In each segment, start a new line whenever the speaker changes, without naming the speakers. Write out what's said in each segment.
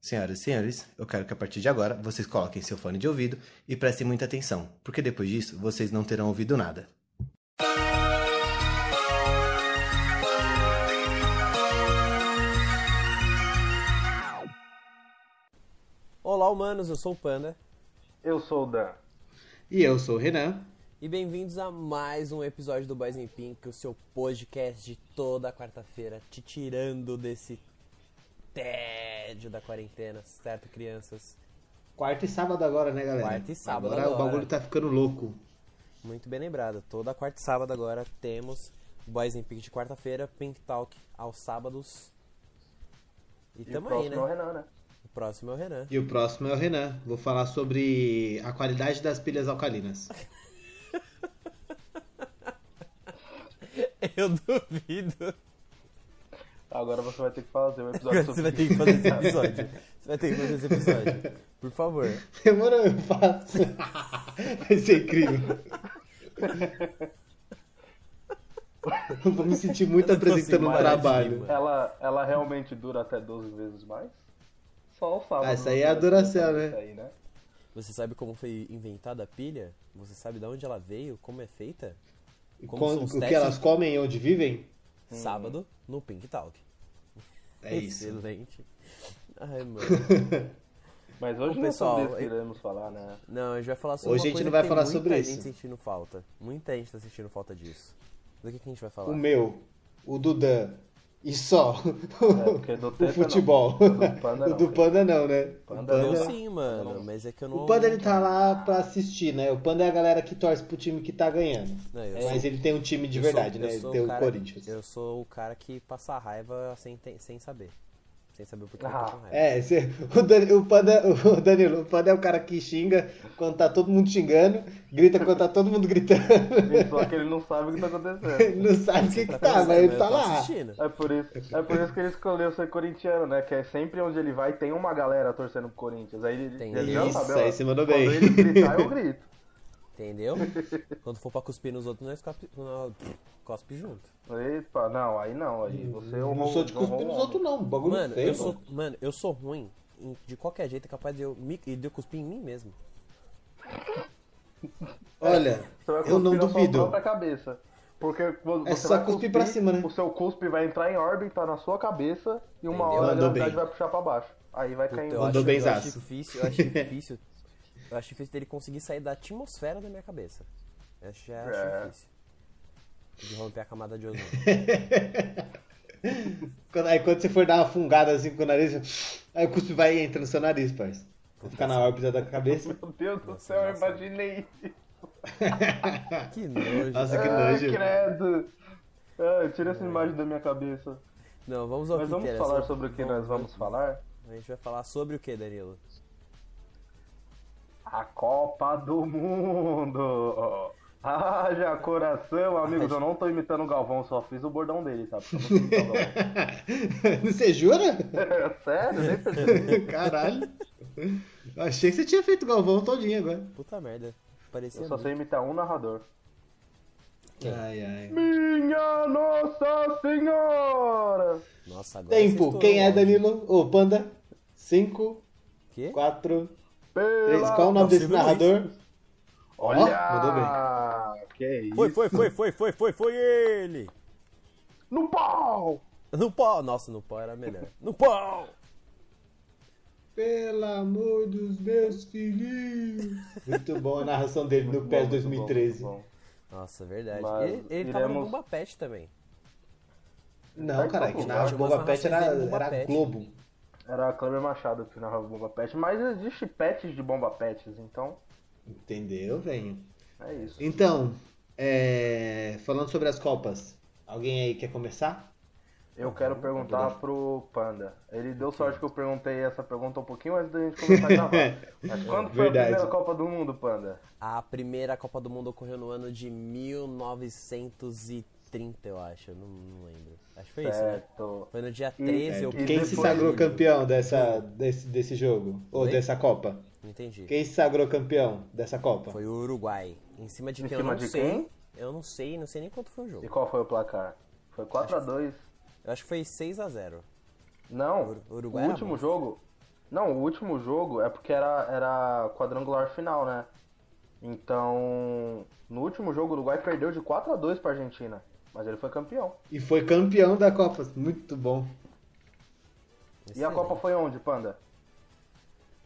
Senhoras e senhores, eu quero que a partir de agora vocês coloquem seu fone de ouvido e prestem muita atenção, porque depois disso vocês não terão ouvido nada.
Olá, humanos, eu sou o Panda
Eu sou o Dan.
E eu sou o Renan.
e bem-vindos a mais um episódio do Boys in Pink, o seu podcast de toda quarta-feira, te tirando desse tédio da quarentena, certo, crianças?
Quarta e sábado agora, né, galera?
Quarta e sábado
agora.
agora.
o bagulho tá ficando louco.
Muito bem lembrado, toda quarta e sábado agora temos Boys in Pink de quarta-feira, Pink Talk aos sábados. E
E o
tamo aí, né?
próximo é o Renan, né?
O próximo é o Renan.
E o próximo é o Renan. Vou falar sobre a qualidade das pilhas alcalinas.
Eu duvido.
Tá, Agora você vai ter que fazer o episódio
Agora
sobre
você vai ter que fazer esse episódio. Você vai ter que fazer esse episódio. Por favor.
Demorou, eu faço. Vai ser incrível. Eu Vou me sentir muito
Eu não
apresentando
consigo
um
parar de
trabalho.
rir, mano.
Ela, ela realmente dura até 12 vezes mais? Só o sábado.
Ah, isso aí é a
né?
Duracell, né?
Isso aí, né?
Você sabe como foi inventada a pilha? Você sabe de onde ela veio? Como é feita? Como
Com-
são os
o que
testes?
elas comem e onde vivem?
Sábado, no Pink Talk.
É isso.
Excelente. Ai, mano.
Mas hoje
Ô,
não é
pessoal,
sobre isso que
eu-
iremos falar, né?
Não, a gente vai falar sobre
Hoje
uma
a gente
coisa
não vai
que tem
falar
muita
sobre
gente tá
isso.
sentindo falta. Muita gente tá sentindo falta disso. Do que, que a gente vai falar?
O meu, o do Dan. E só.
É, porque do
o
Tetra
futebol.
não. O do Panda
O do
não.
Panda não, né? O
Panda não.
Eu
Panda-
sim, mano, mas é que eu não.
O Panda ele tá lá pra assistir, né? O Panda é a galera que torce pro time que tá ganhando.
Não, eu
Mas
sou-
ele tem um time de
eu
verdade,
sou- eu
né?
sou
Ele tem o
cara-
Corinthians.
Eu sou o cara que passa raiva sem, te- sem saber. Sem saber por que eu
Ah,
tô com raiva.
É, cê- o, Dan- o Panda, o Danilo, o Panda é o cara que xinga quando tá todo mundo xingando, grita quando tá todo mundo gritando.
Só que ele não sabe o que tá acontecendo.
Ele não sabe o que que tá,
pensando,
mas ele
eu
tá
tô
lá.
assistindo.
É por, isso, é por isso que ele escolheu ser corintiano, né? Que é sempre onde ele vai tem uma galera torcendo pro Corinthians. Aí ele,
Tem.
ele já
Isso,
sabe, ó,
aí você mandou
quando
bem.
ele gritar, eu grito.
Entendeu? Quando for pra cuspir nos outros, nós cospe, nós cospe junto.
Epa, não, aí não. Aí você é um
Eu não sou de cuspir nos outros, não. O bagulho
Mano,
feio,
eu
mano.
sou, mano, eu sou ruim. em- De qualquer jeito é capaz de eu, me, e de eu cuspir em mim mesmo.
Olha,
Você vai
eu não
cuspir na sua
duvido.
própria cabeça. Porque quando
É
você
só
vai
cuspir pra cima, né?
O seu cuspe vai entrar em órbita na sua cabeça e uma
Entendeu?
hora a
Mandou
gravidade
bem.
vai puxar pra baixo. Aí vai cair em
eu
órbita.
Mandou
acho, eu
benzaço.
acho difícil, eu acho difícil. Eu acho difícil dele conseguir sair da atmosfera da minha cabeça. Eu já acho
É.
difícil. De romper a camada de ozônio.
Quando- aí quando você for dar uma fungada assim com o nariz, aí o cuspe vai e entra no seu nariz, parça. Vai ficar na órbita da cabeça.
Meu Deus do céu, eu imaginei.
Que nojo.
Nossa, Ah, que né?
Ai,
nojo.
credo. Ai, tira essa imagem da minha cabeça.
Não, vamos ao
Mas
É. que
vamos
interessa.
falar sobre o que nós vamos falar?
A gente vai falar sobre o que, Danilo?
A Copa do Mundo! Haja coração, amigos. Eu não tô imitando o Galvão, só fiz o bordão dele, sabe? Eu não tô imitando o Galvão.
Você jura?
Sério, nem percebi.
Caralho. Eu achei que você tinha feito o Galvão todinho agora.
Puta merda. Parecia
Eu só
muito.
sei imitar um narrador. É.
Ai, ai.
Minha Nossa Senhora!
Nossa, agora você
Tempo.
estourou
Quem é,
o áudio.
Danilo? Ô, Panda. 5,
Quê?
4, 3.
Pela...
Qual o nome desse
Silvio
narrador? Ó, mandou
Olha! que é isso?
Foi, foi, foi, foi, foi, foi, foi ele!
No pau!
No pau! Nossa, no pau era melhor. No pau!
Pelo amor dos meus filhinhos. Muito bom a narração dele no PES
Muito bom, muito
2013.
bom.
Nossa, verdade.
Mas
ele ele tava no
iremos-
Bomba Pet também.
Não, caralho, que
Eu
narrava
gosto
Boba
da
Pet era,
narração dele no Boba
era
Pet.
Globo.
Era a Kleber Machado que narrava Bomba Pet, mas existe pets de Bomba Pets, então
Entendeu, velho?
é isso.
Então, é, falando sobre as Copas, alguém aí quer começar?
Eu quero perguntar pro Panda. Ele deu sorte que eu perguntei essa pergunta um pouquinho antes da gente começar a gravar. Mas quando foi a
Verdade.
primeira Copa do Mundo, Panda?
A primeira Copa do Mundo ocorreu no ano de 1930, eu acho. Eu não, não lembro. Acho que foi isso, né?
Certo.
Foi no dia 13
É,
ou
Hum, e
quem se
depois-
sagrou campeão dessa, desse, desse jogo? Ou
Oi?
dessa Copa?
Não entendi.
Quem se sagrou campeão dessa Copa?
Foi o Uruguai. Em cima de
Em
quem eu
cima
não
de
sei.
quem?
Eu não sei, não sei nem quanto foi o jogo.
E qual foi o placar? Foi 4 a 2
Eu acho que foi 6 a 0
Não,
Ur-
o
Uruguai era
último
bom.
jogo. Não, o último jogo é porque era, era quadrangular final, né? Então, no último jogo, o Uruguai perdeu de 4 a 2 pra Argentina. Mas ele foi campeão.
E foi campeão da Copa. Muito bom.
E a Copa foi onde, Panda?
é.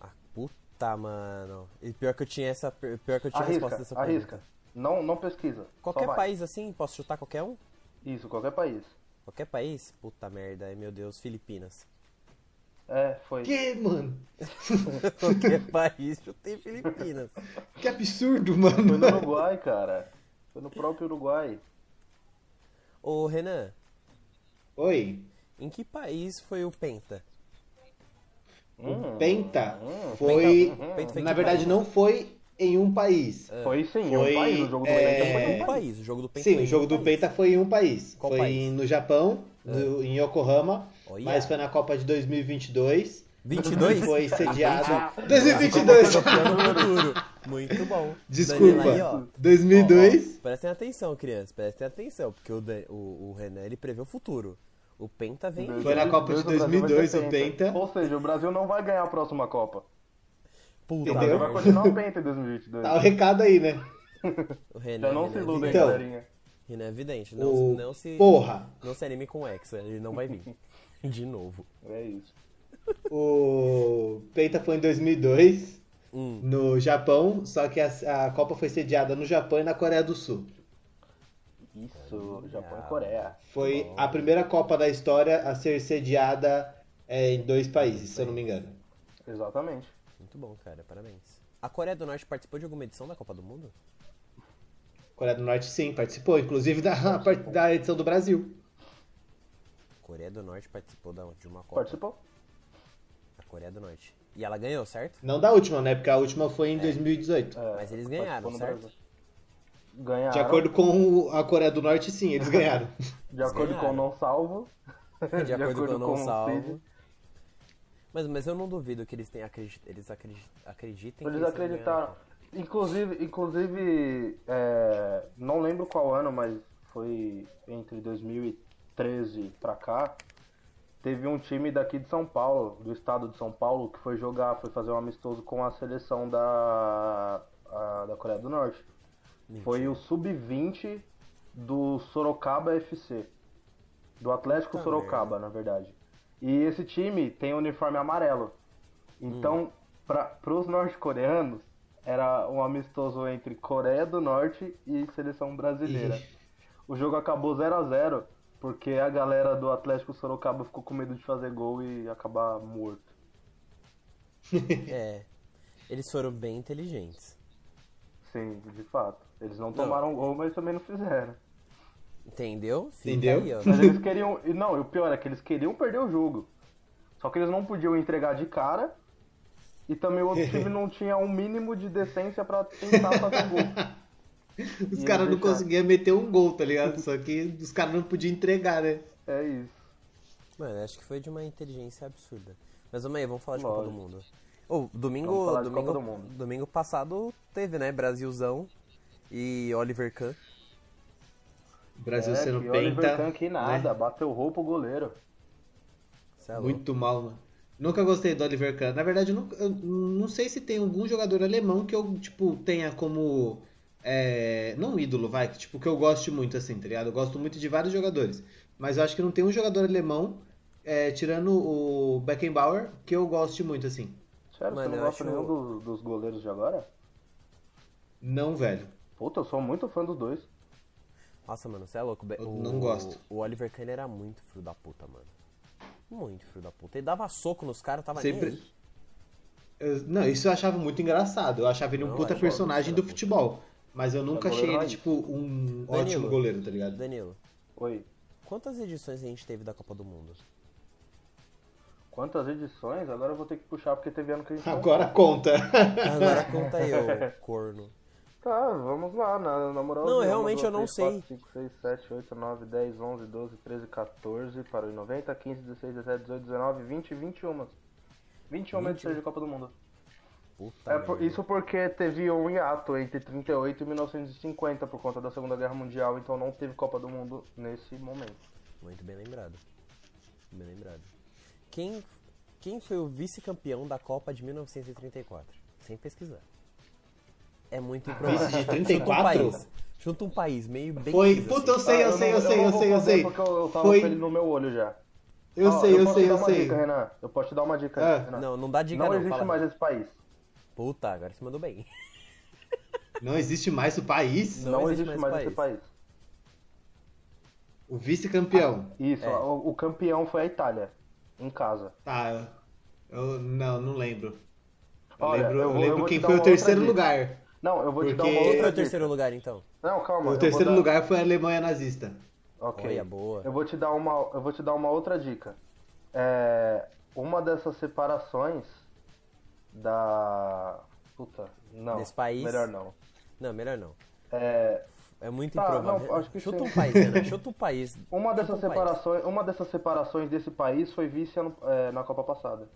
Ah, puta, mano. E pior que eu tinha essa. Pior que eu tinha a resposta dessa
Arrisca,
pergunta.
arrisca. Não, não pesquisa. só
Qualquer
vai.
país assim, posso chutar qualquer um?
Isso, qualquer país.
Qualquer país? Puta merda, ai, meu Deus, Filipinas.
É, foi.
Que, mano?
Qualquer país, chutei Filipinas.
Que absurdo,
Foi no
mano.
Uruguai, cara. Foi no próprio Uruguai.
Ô, Renan,
Oi.
em que país foi o Penta?
Hum,
Penta
hum,
foi.
Penta- Penta foi em
Na
que
verdade,
país?
não foi em um país.
Foi sim,
Foi,
um país. O jogo do
é,
Penta foi
Foi
um
um país, o jogo do Penta
Sim,
foi
o
em
jogo
um
do
país.
Penta foi em um país.
Qual
foi
país? É.
no Japão, no- em Yokohama,
Olha.
mas foi na Copa de 2022.
22?
Foi sediado.
Tô
2022!
piando no futuro. Muito bom. Danilo aí, ó.
Desculpa. 2002.
Ó, ó, prestem atenção, crianças, prestem atenção, porque o, Dan- o- o Renan ele prevê o futuro. O Penta vem.
país.
Foi na Copa de 2002, o Penta.
Ou seja, o Brasil não vai ganhar a próxima Copa.
Puta,
Entendeu?
Ele
merda.
vai continuar o Penta em 2022.
Tá o recado aí, né?
O Renan,
Já não
Renan
se
é
iludem,
Então.
galerinha.
vidente. Renan é vidente. Não,
O-
não se,
Porra.
não se anime com o Hexa, ele não vai vir. De novo.
É isso.
O Penta foi em 2002
Hum.
no Japão, só que a, a Copa foi sediada no Japão e na Coreia do Sul.
Isso, Japão e Coreia.
Foi a primeira Copa da história a ser sediada é, em dois países, se eu não me engano.
Exatamente.
Muito bom, cara, parabéns. A Coreia do Norte participou de alguma edição da Copa do Mundo?
Coreia do Norte, sim, participou, inclusive da, da edição do Brasil.
Coreia do Norte participou da- de uma Copa.
Participou?
A Coreia do Norte. E ela ganhou, certo?
Não da última, né? Porque a última foi em 2018.
É,
Mas eles
participou
ganharam,
no
certo?
Brasil. Ganharam.
De acordo com o- a Coreia do Norte, sim, eles ganharam.
de acordo
ganharam.
com o não salvo.
De acordo com o não
o
salvo.
Cid.
Mas, mas eu não duvido que eles tenham acredi eles acredi acreditem
Eles
que tenham
acreditaram.
ganhado.
Inclusive, inclusive é, não lembro qual ano, mas foi entre 2013 pra cá. Teve um time daqui de São Paulo, do estado de São Paulo, que foi jogar, foi fazer um amistoso com a seleção da, a- da Coreia do Norte. Foi o Sub-20 do Sorocaba FC. Do Atlético Sorocaba, na verdade. E esse time tem um uniforme amarelo. Então, para os norte-coreanos, era um amistoso entre Coreia do Norte e seleção brasileira. O jogo acabou 0 a 0 porque a galera do Atlético Sorocaba ficou com medo de fazer gol e acabar morto.
É. Eles foram bem inteligentes.
Sim, de fato. Eles não
Não.
tomaram gol, mas também não fizeram.
Entendeu? Fica
Entendeu?
Aí, ó.
Mas eles queriam. e Não, e o pior é que eles queriam perder o jogo. Só que eles não podiam entregar de cara. E também o outro time não tinha um mínimo de decência pra tentar fazer gol.
Os caras não
E eles deixaram.
conseguiam meter um gol, tá ligado? Só que os caras não podiam entregar, né?
É isso.
Mano, acho que foi de uma inteligência absurda. Mas vamos aí, vamos falar de Copa do
Lógico.
Mundo. Ô, domingo,
Vamos falar de
domingo,
Copa do Mundo.
domingo passado teve, né? Brasilzão e Oliver Kahn.
O Brasil
é,
sendo
que
penta.
Oliver Kahn que nada,
né?
bateu roupa o goleiro.
Cê é louco.
Muito mal, mano. Nunca gostei do Oliver Kahn. Na verdade, eu, nunca- eu não sei se tem algum jogador alemão que eu, tipo, tenha como. é, não ídolo, vai, que, tipo, que eu goste muito, assim, tá ligado? Eu gosto muito de vários jogadores. Mas eu acho que não tem um jogador alemão, é, tirando o Beckenbauer, que eu goste muito, assim.
Sério,
Mano,
você
eu
não gosta
acho-
nenhum dos, dos goleiros de agora?
Não, velho.
Puta, eu sou muito fã dos dois.
Nossa, mano, você é louco. Be-
Eu
o-
não gosto.
O Oliver Kahn era muito filho da puta, mano. Muito filho da puta. Ele dava soco nos caras, tava
Sempre-
nem aí.
Eu- não, isso eu achava muito engraçado. Eu achava ele um
Não,
puta
é,
personagem do
goleiro,
futebol. Mas eu nunca
goleiro
achei ele,
raiz.
tipo, um
Danilo.
ótimo goleiro, tá ligado?
Danilo,
Oi.
quantas edições a gente teve da Copa do Mundo?
Quantas edições? Agora eu vou ter que puxar porque teve ano que a gente. não-
Agora conta.
Agora conta aí, ô corno.
Tá, vamos lá, na, na moral.
Não,
uma,
realmente eu não
duas, três,
sei.
quatro, cinco, seis, sete, oito, nove, dez, onze, doze, treze, 14, parou em 90, 15, 16, 17, 18, 19, 20, 21. 21 edições de Copa do Mundo.
Puta
É por,
merda.
isso porque teve um hiato entre 38 e 1950 por conta da Segunda Guerra Mundial, então não teve Copa do Mundo nesse momento.
Muito bem lembrado. Bem lembrado. Quem, Quem foi o vice-campeão da Copa de 1934? Sem pesquisar. É muito improvável.
Ah, vice de
Junta um
34?
país. Junta um país, meio bem.
Foi.
assim.
Puta, eu sei, eu
Ah, não-
sei, eu sei,
não
eu
vou
sei, eu
fazer
sei.
Porque eu tava
Foi.
com ele no meu olho já.
Eu
Ó,
sei, eu
posso
sei,
te dar
eu
uma
sei.
Dica, Renan. Eu posso te dar uma dica,
Ah.
Renan.
Não, não dá dica
Não
não.
existe
fala.
mais esse país.
Puta, agora você mandou bem.
Não existe mais o país?
Não
Não,
existe
existe,
mais
mais esse país.
O vice-campeão.
Isso,
É.
ó, o, o campeão foi a Itália, em casa.
Tá, eu- eu não, não lembro. Eu
Olha,
lembro,
eu
eu
vou- eu
lembro
vou te
quem
dar
foi o
uma outra
terceiro
dica.
lugar.
Não, eu vou te dar
Porque-
uma
Quem foi
outra
é o
dica.
terceiro lugar, então?
Não, calma. eu
O
vou
terceiro
dar-
lugar foi a Alemanha nazista.
Ok.
Olha, boa.
Eu vou te dar uma, eu vou te dar uma outra dica. É, uma dessas separações da puta, não.
Desse país?
Melhor não.
Não, melhor não.
É,
É muito
Tá,
improvável.
não, acho que
Chuta
sim.
um país, Renan. Chuta um país.
uma
Chuta
dessas
um país.
separações, uma dessas separações desse país foi vice ano- é, na Copa passada.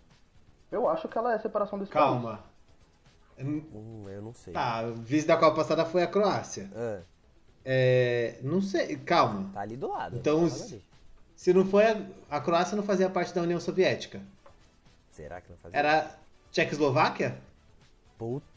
Eu acho que ela é separação desse país.
Calma. Hum,
Hum, eu não sei.
Tá, o vice da Copa passada foi a Croácia.
Ah,
É, não sei, calma.
tá ali do lado.
Então,
Tava ali.
Se não foi a, a Croácia não fazia parte da União Soviética.
Será que não fazia?
Era Tchecoslováquia?
Puta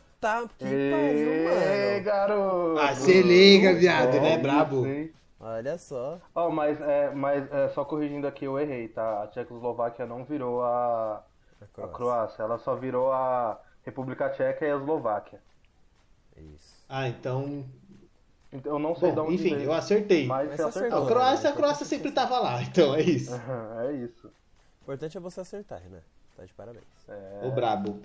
que pariu,
Ê,
mano.
garoto!
Ah, se liga, viado,
É
né,
isso,
brabo?
hein?
Olha só.
Ó, mas, é, mas é, só corrigindo aqui, eu errei, tá? A Tchecoslováquia não virou a,
A
a
Croácia.
Croácia, ela só virou a República Tcheca e a Eslováquia.
Isso.
Ah, então.
Então, Eu não sei de
Bom,
onde
enfim,
veio,
eu acertei.
mas
Mas você
você
Ah, a
acertou.
acertou.
Croácia, a Croácia sempre tava lá, então é isso.
É isso.
O importante é você acertar, Renan. Tá de parabéns.
O brabo.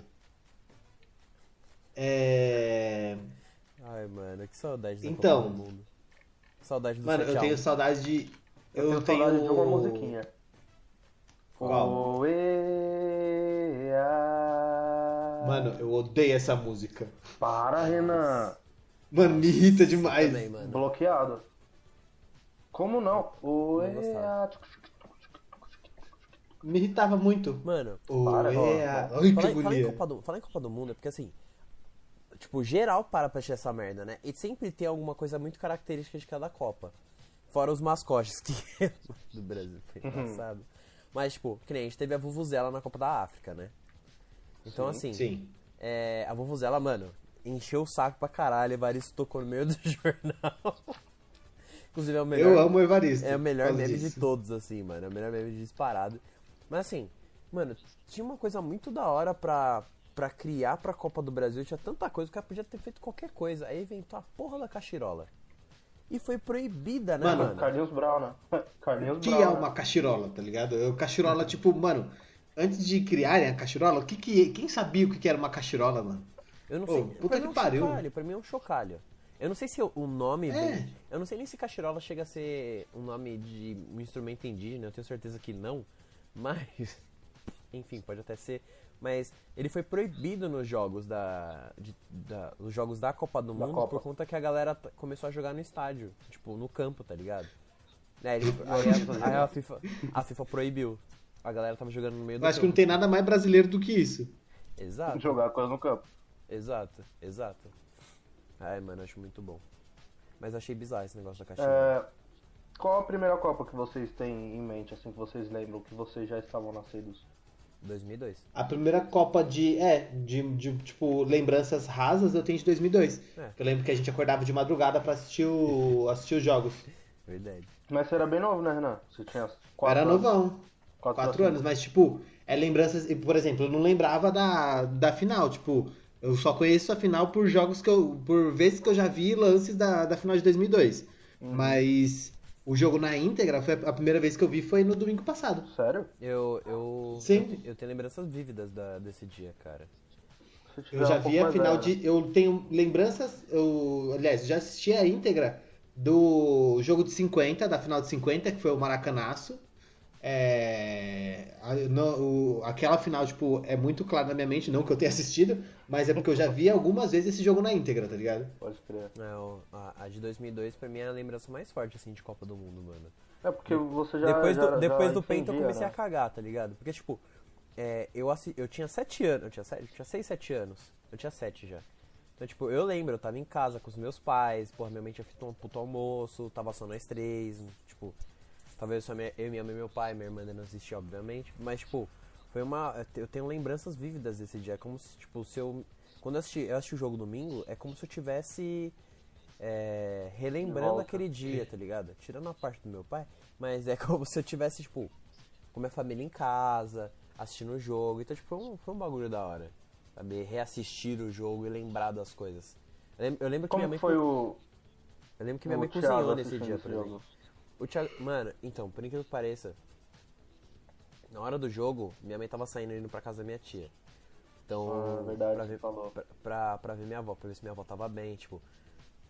É...
Ai, mano, que saudade da
Então.
Copa do Mundo. Saudade do
Mano,
seu
eu
tchau.
tenho saudade de. Eu,
tenho saudade de uma musiquinha.
Qual?
Oê, a...
Mano, eu odeio essa música.
Para, Renan.
Mano, me irrita demais.
também, mano.
Bloqueado. Como não? Oê,
gostava.
a...
Me irritava muito.
Mano,
Oh,
Para, ó.
é. Ai, que
falar, em- falar em
agonia.
Copa do, falar em Copa do Mundo é porque assim. Tipo, geral para pra assistir essa merda, né? E sempre tem alguma coisa muito característica de cada Copa. Fora os mascotes que é do Brasil
Uhum.
foi engraçado. Mas, tipo, que nem a gente teve a Vuvuzela na Copa da África, né? Então, assim,
Sim.
é, a Vuvuzela, mano, encheu o saco pra caralho. Evaristo tocou no meio do jornal. Inclusive, é o melhor.
Eu amo o Evaristo.
É o melhor
por causa
meme
disso.
de todos, assim, mano. É o melhor meme disparado. Mas assim, mano, tinha uma coisa muito da hora pra, pra criar pra Copa do Brasil. Tinha tanta coisa, o cara podia ter feito qualquer coisa. Aí inventou a porra da cachirola. E foi proibida, né,
Mano,
mano?
Carlinhos Brown, né? Carlinhos
que
Brown.
é
né?
uma cachirola, tá ligado? Eu, cachirola, tipo, mano, antes de criarem a cachirola, o que que, quem sabia o que que era uma cachirola, mano?
Eu não
Ô,
sei.
puta
pra mim
que
é um
pariu.
chocalho, pra mim é um chocalho. Eu não sei se o o nome
É.
vem. Eu não sei nem se cachirola chega a ser um nome de um instrumento indígena, eu tenho certeza que não. Mas. Enfim, pode até ser. Mas ele foi proibido nos jogos da. de- da- nos jogos da Copa do Mundo
Copa.
por conta que a galera t- começou a jogar no estádio. Tipo, no campo, tá ligado? Né, ele- aí a, aí a FIFA, a FIFA proibiu. A galera tava jogando no meio do
Eu acho que
campo.
não tem nada mais brasileiro do que isso.
Exato.
né? Jogar coisa no campo.
Exato, exato. Ai, mano, acho muito bom. Mas achei bizarro esse negócio da caixinha.
É, qual a primeira Copa que vocês têm em mente, assim, que vocês lembram, que vocês já estavam nascidos?
2002.
A primeira Copa de, é, de, de, tipo, lembranças rasas eu tenho de 2002.
É.
Eu lembro que a gente acordava de madrugada pra assistir, o, assistir os jogos.
Verdade.
Mas você era bem novo, né, Renan? Você tinha
Eu
quatro
era
anos.
novão,
Quatro,
quatro anos, mas, tipo, é lembranças... e, Por exemplo, eu não lembrava da, da final, tipo, eu só conheço a final por jogos que eu... Por vezes que eu já vi lances da, da final de 2002.
Uhum.
Mas o jogo na íntegra, foi a a primeira vez que eu vi foi no domingo passado.
Sério?
Eu, eu,
Sim.
eu, te- eu tenho lembranças vívidas da, desse dia, cara.
Se tiver
Eu já
um pouco
vi a
mais
final
velho.
de. Eu tenho lembranças. Eu, aliás, já assisti a íntegra do jogo de 50, da final de 50, que foi o Maracanaço. É, a- no- o- aquela final, tipo, é muito claro na minha mente, não que eu tenha assistido, mas é porque eu já vi algumas vezes esse jogo na íntegra, tá ligado?
Pode crer.
É, o- a, a de 2002 pra mim é a lembrança mais forte, assim, de Copa do Mundo, mano.
É porque você já.
depois
já, né?
do, depois do penta
peito
eu comecei a cagar, tá ligado? Porque, tipo, é, eu, assi- eu tinha 7 anos, eu tinha 7, eu tinha 6, 7 anos. Eu tinha 7 já. Então, tipo, eu lembro, eu tava em casa com os meus pais, porra, minha mãe tinha feito um puto almoço, tava só nós três, tipo, talvez só minha, eu, minha mãe e meu pai, minha irmã ainda não assistia, obviamente, mas, tipo, Foi uma. Eu tenho lembranças vívidas desse dia. É como se, tipo, se eu. Quando eu assisti, eu assisti o jogo domingo, é como se eu tivesse é, relembrando
Volta.
aquele dia, tá ligado? Tirando a parte do meu pai, mas é como se eu tivesse, tipo, com minha família em casa, assistindo o jogo. Então, tipo, foi um, foi um bagulho da hora. Sabe? Reassistir o jogo e lembrar das coisas. Eu lem- eu lembro que minha
Como
mãe.
que foi o,
Eu lembro que minha
o
mãe
Thiago
cozinhou nesse
assistindo
dia
esse
pra mim.
jogo?
O Thiago, mano, então, por incrível que pareça, na hora do jogo, minha mãe tava saindo indo pra casa da minha tia. Então,
Ah, verdade,
pra,
você
ver,
falou.
pra, pra- pra ver minha avó, pra ver se minha avó tava bem, tipo,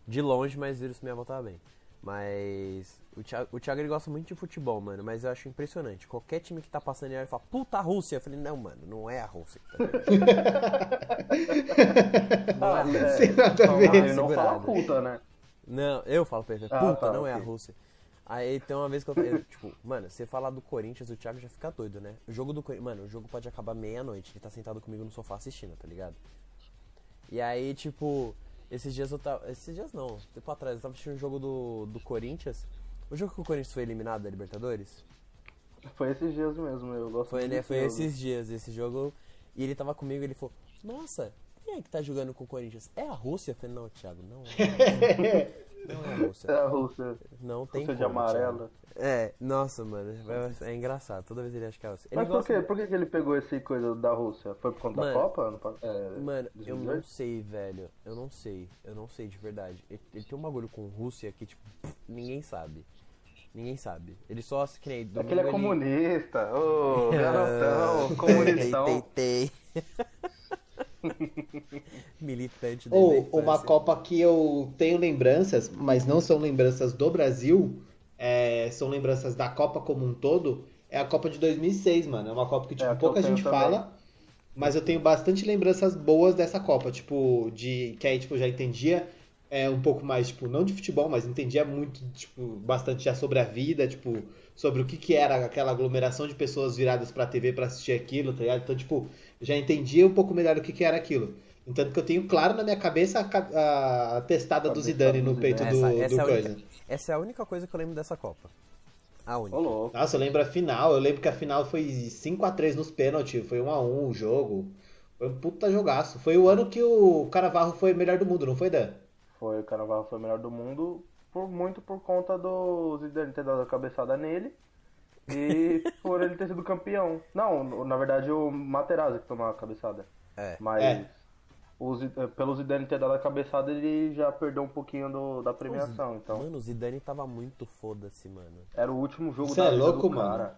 de longe, mas viram se minha avó tava bem. Mas o Thiago, o Thiago ele gosta muito de futebol, mano, mas eu acho impressionante. Qualquer time que tá passando ele, ele fala, puta a Rússia. Eu falei, não, mano, não é a Rússia. que tá jogando." não é a Rússia.
Sem nada a
Não,
ver.
ele não fala
segurado.
puta, né?
Não, eu falo pra ele, puta,
Ah, tá,
não é a
ok.
Rússia. Aí tem uma vez que eu, eu, tipo, mano, você falar do Corinthians, o Thiago já fica doido, né? O jogo do Corinthians, mano, o jogo pode acabar meia-noite, ele tá sentado comigo no sofá assistindo, tá ligado? E aí, tipo, esses dias eu tava, esses dias não, um tempo atrás, eu tava assistindo o jogo do, do Corinthians, o jogo que o Corinthians foi eliminado da Libertadores,
Foi esses dias mesmo, eu gosto
foi,
muito
né,
desse
foi
jogo.
esses dias, esse jogo, e ele tava comigo, ele falou, nossa, quem é que tá jogando com o Corinthians? É a Rússia? Eu falei, não, Thiago, não é a Rússia, não é a Rússia.
É a Rússia.
Não tem
Rússia de
como,
amarelo.
Thiago. É, nossa, mano, é- é engraçado. Toda vez ele acha que é você. Ele
Mas por,
gosta-
quê? por que, que ele pegou esse coisa da Rússia? Foi por conta
Mano,
da Copa? ano pa- é,
Mano, eu
2018?
não sei, velho. Eu não sei. Eu não sei de verdade. Ele, ele tem um bagulho com Rússia que, tipo, pff, ninguém sabe. Ninguém sabe. Ele só se crê.
É que ele é
comunista.
comunista. Ô,
Ah, É,
garotão, comunistão.
Tentei, Militante da
Ou
infância.
uma Copa que eu tenho lembranças, mas não são lembranças do Brasil, é, são lembranças da Copa como um todo, é a Copa de 2006, mano. É uma Copa que, tipo,
É, a que
pouca
eu tenho
gente
também.
fala, mas eu tenho bastante lembranças boas dessa Copa, tipo, de que aí, tipo, eu já entendia é, um pouco mais, tipo, não de futebol, mas entendia muito, tipo, bastante já sobre a vida, tipo, sobre o que que era aquela aglomeração de pessoas viradas pra TV pra assistir aquilo, tá ligado? Então, tipo, já entendia um pouco melhor o que que era aquilo. Tanto que eu tenho claro na minha cabeça a, ca- a, a testada do
Cabeça
Zidane
do
no
Zidane.
peito do,
Essa, essa
do
é a
coisa.
única, essa é a única coisa que eu lembro dessa Copa. A única.
Ô, louco.
Nossa, eu lembro a final. Eu lembro que a final foi 5x3 nos pênaltis. Foi 1x1 o jogo. Foi um puta jogaço. Foi o ano que o Caravarro foi o melhor do mundo, não foi, Dan?
Foi, o Carnaval foi o melhor do mundo, por muito por conta do Zidane ter dado a cabeçada nele e por ele ter sido campeão. Não, na verdade o Materazzi que tomou a cabeçada.
É.
Mas
É.
o Zi- eh, pelo Zidane ter dado a cabeçada, ele já perdeu um pouquinho do- da premiação.
é.
Então
Mano, o Zidane tava muito foda-se, mano.
era o último jogo
Você
da
é
vida
louco,
do
mano.
cara.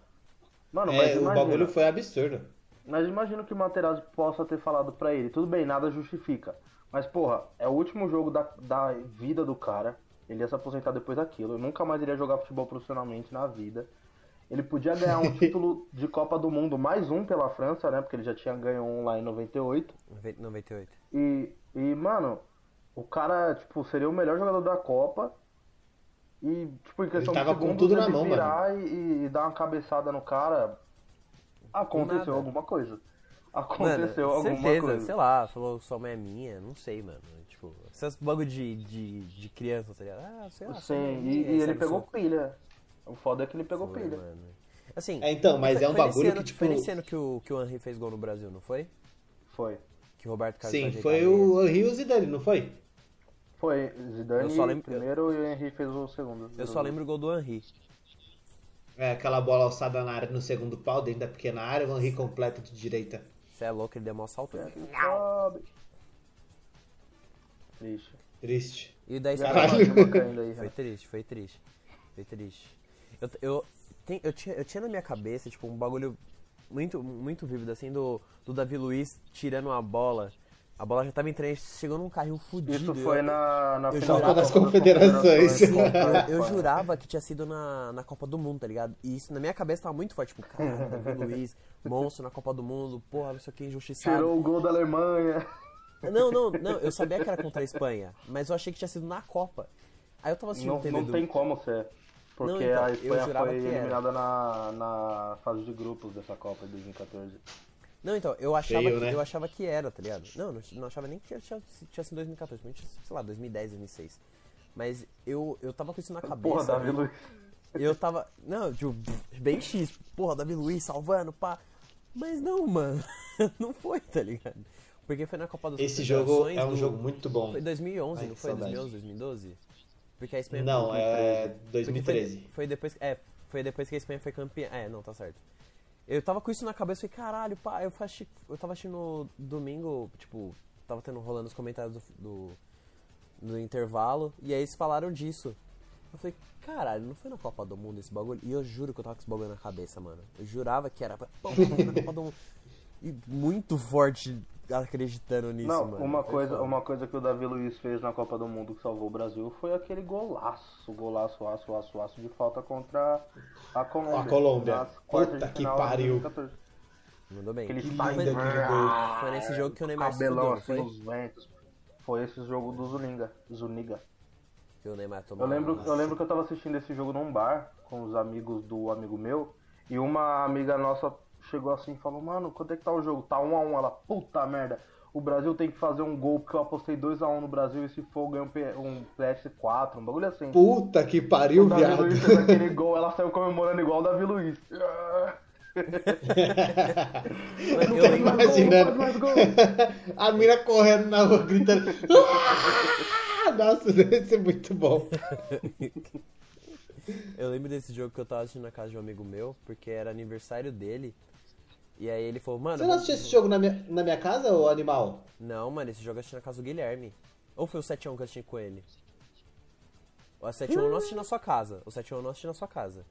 Mano,
É,
mas
o
imagina,
bagulho foi absurdo.
mas imagina que o Materazzi possa ter falado pra ele. Tudo bem, nada justifica. Mas, porra, é o último jogo da, da vida do cara. Ele ia se aposentar depois daquilo. Ele nunca mais iria jogar futebol profissionalmente na vida. Ele podia ganhar um título de Copa do Mundo, mais um pela França, né? Porque ele já tinha ganho um lá em 98.
98.
E, e, mano, o cara, tipo, seria o melhor jogador da Copa. E, tipo, em questão
tava
de
com
segundos,
tudo na
ele
mão,
virar e, e dar uma cabeçada no cara. Aconteceu
nada.
alguma coisa. Aconteceu
Mano,
alguma
certeza,
coisa.
sei lá, falou sua mãe é minha, não sei, mano. Tipo, esses bagulho de, de, de criança, tá ligado? Ah, sei lá. sua mãe é
Sim,
minha,
e, e ele
sabe,
pegou
sou-
pilha. O foda é que ele pegou
Foi,
pilha.
mano. Assim,
É, então, mas
foi-
é um
foi nesse
bagulho
ano-
que, tipo-
Foi nesse ano que o, que o Henry fez gol no Brasil, não foi?
Foi.
Que o Roberto Carlos
Sim,
ajeitou a
foi
meia.
o Rio e o Zidane, não foi?
Foi.
Eu
Zidane
só lembro-
primeiro e o Henry fez o segundo.
Eu só lembro o gol do Henry.
É, aquela bola alçada na área no segundo pau, dentro da pequena área, o Henry completa de direita.
Você é louco, ele deu uma saltura.
Sobe. Triste.
Triste.
E daí
Caralho.
Tá caindo aí,
Foi
Renato.
triste, foi triste. Foi triste. Eu, eu, tem- eu, tinha, eu tinha na minha cabeça, tipo, um bagulho muito, muito vívido, assim, do, do Davi Luiz tirando a bola. A bola já tava em três, chegou num carrinho fudido.
Isso foi
eu,
na, na
eu
final
jurava-
da
das
Copa
Confederações.
Sim,
Confederações.
eu, eu jurava que tinha sido na, na Copa do Mundo, tá ligado? E isso na minha cabeça tava muito forte. Tipo, caralho, Davi Luiz, monstro na Copa do Mundo, porra, não sei o que, injustiçado.
Tirou o gol da Alemanha.
Não, não, não, eu sabia que era contra a Espanha, mas eu achei que tinha sido na Copa. Aí eu tava assistindo
Não,
o TV
não
do-
tem como ser. Porque
Não, então,
a
eu
Espanha
jurava
foi
que era.
eliminada na, na fase de grupos dessa Copa de 2014.
Não, então, eu achava,
Feio,
que,
né?
eu achava que era, tá ligado? Não, eu não, não achava nem que tinha, tinha, tinha sido 2014, mas tinha, sei lá, 2010, 2006. Mas eu, eu tava com isso na cabeça.
Porra, Davi
né?
Luiz.
um, Eu tava. Não, tipo, bem X. Porra, Davi Luiz salvando, pá. Mas não, mano. não foi, tá ligado? Porque foi na Copa das
Esse jogo é um
do-
jogo muito bom.
Foi 2011,
Ai,
não
que
foi?
saudade.
2011, 2012? Porque a Espanha
Não,
foi
é
porque
2013.
Foi, foi depois, é, foi depois que a Espanha foi campeã. É, não, tá certo. Eu tava com isso na cabeça e falei, caralho, pá, eu, faxi, eu tava assistindo domingo, tipo, tava tendo rolando os comentários do, do, do intervalo, e aí eles falaram disso. Eu falei, caralho, não foi na Copa do Mundo esse bagulho? E eu juro que eu tava com esse bagulho na cabeça, mano. Eu jurava que era. pra- Pô, foi na Copa do Mundo. E muito forte acreditando nisso,
Não,
mano.
uma
Foi
coisa,
foda.
uma coisa que o Davi Luiz fez na Copa do Mundo que salvou o Brasil foi aquele golaço, golaço, aço, aço, aço de falta contra a Colômbia.
A Colômbia.
nas quartas
Puta
de
que
final de
pariu.
2014.
Mandou bem.
Aquele
Que
pai
lindo aquele gol.
Foi nesse jogo que o Neymar se
cabelão
fudeu,
assim
não
nos ventos. Foi esse jogo do Zulinga, Zuniga.
Que o Neymar tomou.
Eu lembro,
Nossa.
eu lembro que eu tava assistindo esse jogo num bar com os amigos do amigo meu e uma amiga nossa chegou assim e falou: "Mano, quanto é que tá o jogo? Tá 1 a 1". Ela: "Puta merda. O Brasil tem que fazer um gol porque eu apostei 2 a 1 no Brasil e se for ganha um, P- um PS4, um bagulho assim".
Puta que pariu,
o Davi
viado.
Luiz fez aquele gol, ela saiu comemorando igual o Davi Luiz. Ah,
Mas eu
Tô
lembro-
imaginando.
Não faz mais gol.
A mina correndo na rua, gritando. "Ah!" Nossa, deve ser muito bom.
Eu lembro desse jogo que eu tava assistindo na casa de um amigo meu, porque era aniversário dele. E aí ele falou, mano.
Você não assistiu esse jogo na minha, na minha casa, ô animal?
Não, mano, esse jogo eu assisti na casa do Guilherme. Ou foi o 7x1 que eu assisti com ele? é O 7x1 eu não assisti na sua casa. O 7x1 eu não assisti na sua casa.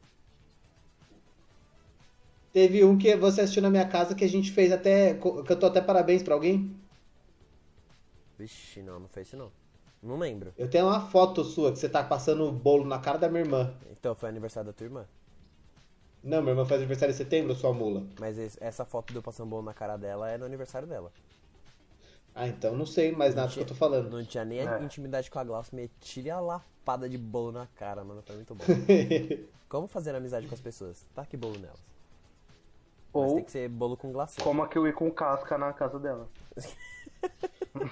Teve um que você assistiu na minha casa que a gente fez até. co- Cantou até parabéns pra alguém?
Vixe, não, não foi isso não. Não lembro.
Eu tenho uma foto sua que você tá passando o bolo na cara da minha irmã.
Então foi aniversário da tua irmã.
Não, minha irmã faz aniversário em setembro, sua mula.
Mas esse- essa foto de eu passando bolo na cara dela é no aniversário dela.
Ah, então não sei mais nada do que eu tô falando.
Não tinha nem
É.
intimidade com a Glaucia, meti-lhe a lapada de bolo na cara, mano. Foi muito bom. Como fazer amizade com as pessoas? Tá que bolo nelas. Mas
Ou
tem que ser bolo com glacê.
como a Kiwi com casca na casa dela.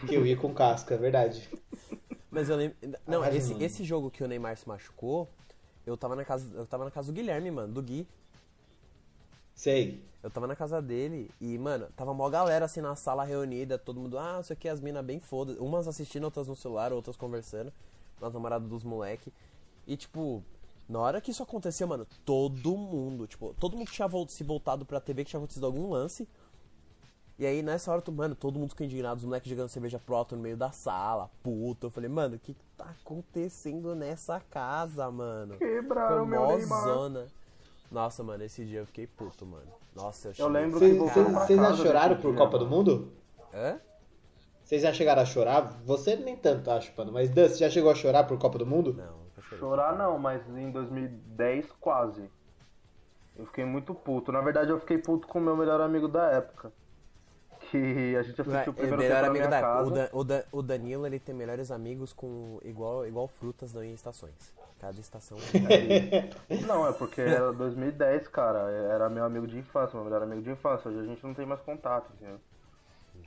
Que eu ia com casca, é verdade.
Mas eu lembro. Não,
Ah,
esse,
mano.
esse jogo que o Neymar se machucou, eu tava na casa. Eu tava na casa do Guilherme, mano, do Gui.
Sei.
Eu tava na casa dele e, mano, tava mó galera assim na sala reunida, todo mundo, ah, não sei o que, as minas bem foda. Umas assistindo, outras no celular, outras conversando. Nas namoradas dos moleque. E, tipo, na hora que isso aconteceu, mano, todo mundo, tipo, todo mundo tinha vol- se voltado pra TV que tinha acontecido algum lance. E aí, nessa hora, tu- mano, todo mundo ficou indignado, os moleques jogando cerveja pro alto no meio da sala, puto. Eu falei, mano, o que que tá acontecendo nessa casa, mano?
Quebraram meu
mó
Neymar.
zona. Nossa, mano, esse dia eu fiquei puto, mano. Nossa, eu
Eu lembro
Vocês
que voltou pra
vocês já
casa
choraram
depois
por
do
Copa
dia,
do Mundo?
Hã?
Vocês já chegaram a chorar? Você nem tanto, acho, mano. Mas Dan, você já chegou a chorar por Copa do Mundo?
Não, nunca chorei.
Chorar não, mas em 2010 quase. Eu fiquei muito puto. Na verdade, eu fiquei puto com o meu melhor amigo da época. Que a gente
Vai,
assistiu o
é,
primeiro
melhor
tempo na
amigo
minha
da época. O,
casa.
Dan, o, Dan- o Danilo, ele tem melhores amigos com igual, igual frutas não em estações. Cada estação. é um
Não, é porque era 2010, cara. Era meu amigo de infância, meu melhor amigo de infância. Hoje a gente não tem mais contato, entendeu?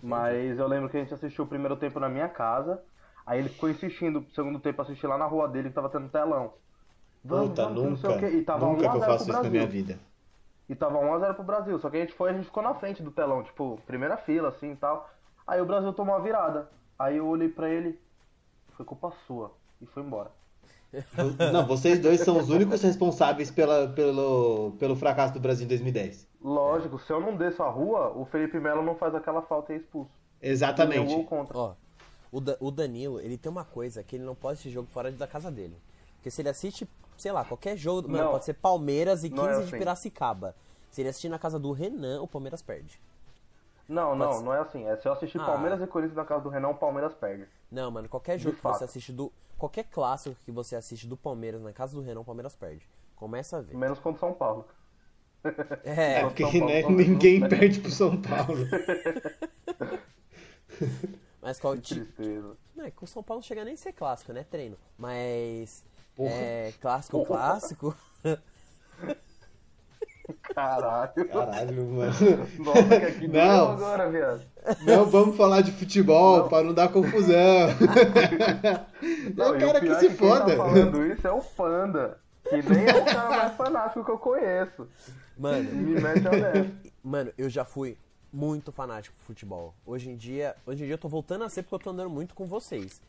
Mas eu lembro que a gente assistiu o primeiro tempo na minha casa. Aí ele ficou insistindo pro segundo tempo assistir lá na rua dele que tava tendo telão. Vamos,
Puta,
vamos, que não sei
nunca.
o quê. E tava
Nunca que eu
1x0
faço
pro
isso na
Brasil.
minha vida.
E tava 1x0 pro Brasil. Só que a gente foi, a gente ficou na frente do telão, tipo, primeira fila, assim e tal. Aí o Brasil tomou a virada. Aí eu olhei pra ele, foi culpa sua. E foi embora.
Não, vocês dois são os únicos responsáveis pela, pelo, pelo fracasso do Brasil em 2010.
Lógico, se eu não desço a rua, o Felipe Melo não faz aquela falta e é expulso. Eu
Exatamente.
vou contra.
Ó, o, Da- o Danilo, ele tem uma coisa que ele não pode assistir jogo fora da casa dele. Porque se ele assiste, sei lá, qualquer jogo. Mano,
Não.
pode ser Palmeiras e
Não é
15 de
assim.
Piracicaba. Se ele assistir na casa do Renan, o Palmeiras perde.
Não, não,
ser.
não é assim. É se eu assistir
Ah.
Palmeiras e Corinthians na casa do Renan, o Palmeiras perde.
Não, mano, qualquer jogo que
fato.
você assiste do. Qualquer clássico que você assiste do Palmeiras na casa do Renan, o Palmeiras perde. Começa a ver.
Menos contra São Paulo.
É,
É, porque
São Paulo,
né,
São Paulo.
ninguém perde pro São Paulo.
mas qual
Que
ti-
tristeza.
Não, é que o São Paulo não chega nem a ser clássico, né? Treino. Mas.
Porra.
É, clássico, clássico.
Caralho.
Caralho, mano.
Nossa, que aqui doeu
Ah. Não.
agora, viado.
Não vamos falar de futebol pra não dar confusão.
Não,
Eu
e
quero
o pior
que
é
se
que
foda.
Quem tá falando isso é o Panda. Que nem é o cara mais fanático que eu conheço.
Mano,
Me mete a dessa.
Mano, eu já fui muito fanático pro futebol. Hoje em dia, hoje em dia eu tô voltando a ser porque eu tô andando muito com vocês.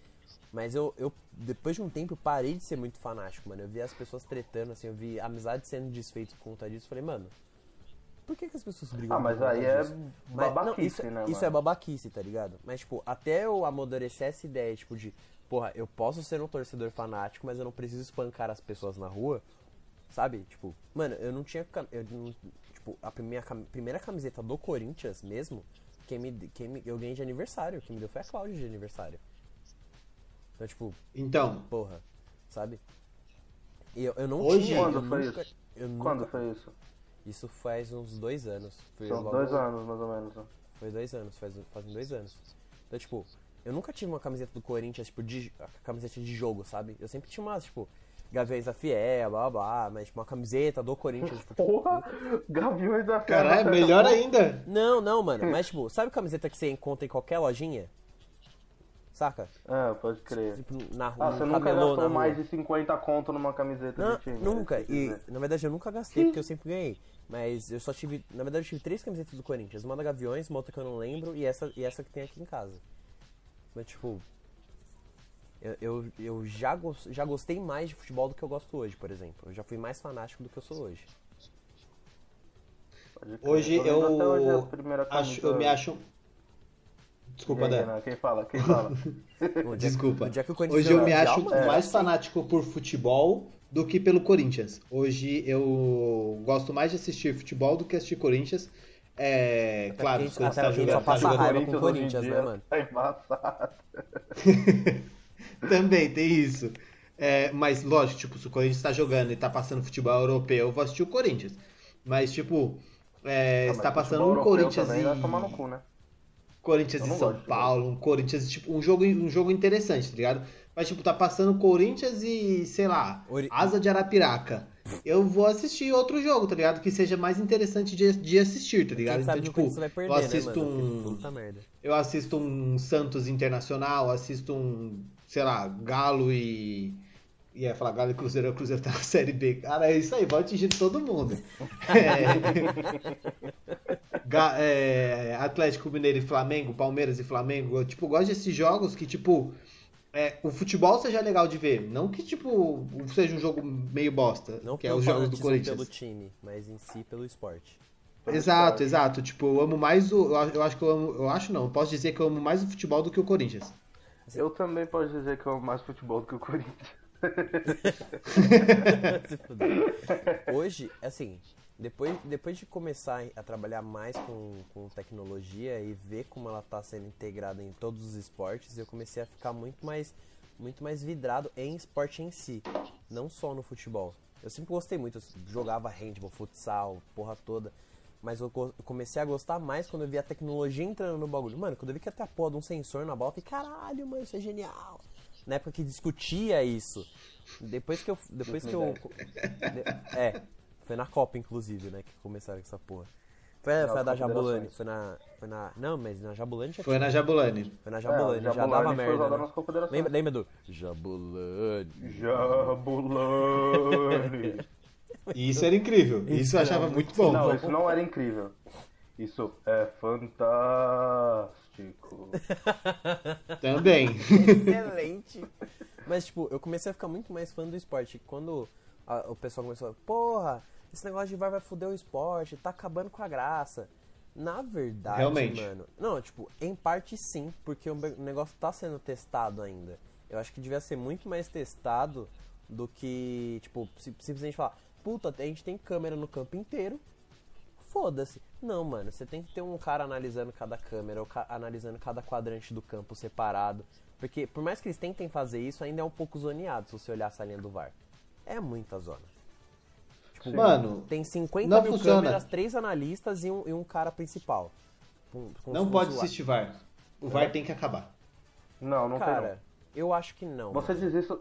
Mas eu, eu depois de um tempo, eu parei de ser muito fanático, mano. Eu vi as pessoas tretando, assim, eu vi amizades sendo desfeitas por conta disso. Eu falei, mano, por que, que as pessoas brigam
Ah, mas
por conta
aí é
disso?
babaquice,
não, isso,
né,
Isso
mano?
é babaquice, tá ligado? Mas, tipo, até eu amadurecer essa ideia, tipo, de, porra, eu posso ser um torcedor fanático, mas eu não preciso espancar as pessoas na rua, sabe? Tipo, mano, eu não tinha. cam- Eu não, tipo, a minha cam- primeira camiseta do Corinthians mesmo, quem me, quem me, eu ganhei de aniversário. Quem me deu foi a Cláudia de aniversário. Então, tipo,
Então,
porra, sabe? E eu, eu não
Hoje?
tinha. eu
Quando foi
nunca,
isso?
eu nunca-
Quando foi isso?
Isso faz uns dois anos. Foi
São
logo-
dois anos, mais ou menos. né?
Foi dois anos, faz, fazem dois anos. Então, tipo, eu nunca tive uma camiseta do Corinthians, tipo, de, a camiseta de jogo, sabe? Eu sempre tinha umas, tipo, Gaviões da Fiel, blá blá, blá mas tipo, uma camiseta do Corinthians. tipo,
Porra! Gaviões da Fiel.
caralho, melhor ainda.
Não, não, mano, mas tipo, sabe camiseta que você encontra em qualquer lojinha? Saca?
É, pode crer.
Tipo, na rua,
Ah,
no
você nunca
camelô, na
gastou
né,
rua.
mais de 50 conto numa camiseta
Não,
de time. né?
nunca.
Quer
E,
dizer,
na verdade, eu nunca gastei, porque eu sempre ganhei. Mas eu só tive. Na verdade, eu tive três camisetas do Corinthians: uma da Gaviões, uma outra que eu não lembro, e essa, e essa que tem aqui em casa. Mas, tipo. Eu, eu, eu já, gos- já gostei mais de futebol do que eu gosto hoje, por exemplo. Eu já fui mais fanático do que eu sou hoje.
tipo pode crer.
Hoje
lembro até hoje a
eu
primeira
acho,
camisa- né?
eu me acho. Desculpa,
E aí,
Dan.
Renan, Quem fala? Quem fala?
No dia-
Desculpa.
no
é
dia que o Corinthians
Hoje eu
ganhou
me
o
acho
Mundial,
né?
mano,
mais fanático por futebol do que pelo Corinthians. Hoje eu gosto mais de assistir futebol do que assistir Corinthians. É, claro,
porque-
o Corinthians tá
até porque a gente
jogando,
só
tá
passa
jogando
raiva
bem.
com o Corinthians,
hoje em
né,
dia
mano?
Tá embaçado.
Também tem isso. É, mas lógico, tipo, se o Corinthians tá jogando e tá passando futebol europeu, eu vou assistir o Corinthians. Mas, tipo, é, se tá passando um Corinthians
também,
e-
vai tomar no cu, né?
Corinthians
Eu
e
não
São
gosto de
Paulo, um Corinthians, tipo, um jogo, um jogo interessante, tá ligado? Mas, tipo, tá passando Corinthians e, sei lá,
Ori-
Asa de Arapiraca. Eu vou assistir outro jogo, tá ligado? Que seja mais interessante de, de assistir, tá ligado?
Quem sabe que o
então, tipo,
Corinthians vai perder,
eu assisto
né, mano?
um.
Puta merda.
Eu assisto um Santos Internacional, assisto um, sei lá, Galo e. Ia falar Galo e Cruzeiro, o Cruzeiro tá na Série B. Cara, é isso aí, vai atingir todo mundo. É. Ga- é, Atlético Mineiro e Flamengo, Palmeiras e Flamengo. Eu, tipo, gosto desses jogos que, tipo, é, o futebol seja legal de ver. Não que, tipo, seja um jogo meio bosta,
Não
que é
pelo
os jogos do Corinthians.
fanatismo pelo time, mas em si pelo esporte.
Exato, exato. Tipo, eu amo mais o. Eu acho- eu acho que eu amo. Eu acho não, eu posso dizer que eu amo mais o futebol do que o Corinthians.
Eu também posso dizer que eu amo mais futebol do que o Corinthians.
Se fuder. Hoje, assim, depois, depois de começar a trabalhar mais com, com tecnologia e ver como ela tá sendo integrada em todos os esportes, eu comecei a ficar muito mais, muito mais vidrado em esporte em si, não só no futebol. Eu sempre gostei muito, eu jogava handball, futsal, porra toda. Mas eu go- eu comecei a gostar mais quando eu vi a tecnologia entrando no bagulho. Mano, quando eu vi que até a porra de um sensor na bola, eu falei, caralho, mano, isso é genial. Na época que discutia isso. Depois que eu. Depois que eu. de- É, foi na Copa, inclusive, né? Que começaram com essa porra. Foi, foi a da
as
Jabulani.
confederações.
Foi na, foi na. Não, mas na Jabulani já
Foi na Jabulani.
foi na Jabulani,
É, o
já
Jabulani
dava
foi
merda.
usado
né?
nas confederações.
Lembra, lembra do Jabulani?
Jabulani.
E isso era incrível. Isso eu achava muito bom.
Não, isso não era incrível. Isso é fantástico.
Também.
Excelente. Mas, tipo, eu comecei a ficar muito mais fã do esporte. Quando a- o pessoal começou a porra, esse negócio de VAR vai foder o esporte, tá acabando com a graça. Na verdade,
Realmente.
mano. Não, tipo, em parte sim, porque o be- o negócio tá sendo testado ainda. Eu acho que devia ser muito mais testado do que, tipo, si- simplesmente falar, puta, a gente tem câmera no campo inteiro, Foda-se. Não, mano, você tem que ter um cara analisando cada câmera, ou ca- analisando cada quadrante do campo separado. Porque, por mais que eles tentem fazer isso, ainda é um pouco zoneado se você olhar essa linha do VAR. É muita zona.
Tipo,
Mano,
Tem 50
Não
mil
funciona.
câmeras, três analistas e um, e um cara principal. Com- com-
um
não
com
pode
zoar.
assistir VAR.
É.
O VAR tem que acabar.
Não, não tem não.
Cara, eu acho que não.
Você
mano.
diz isso,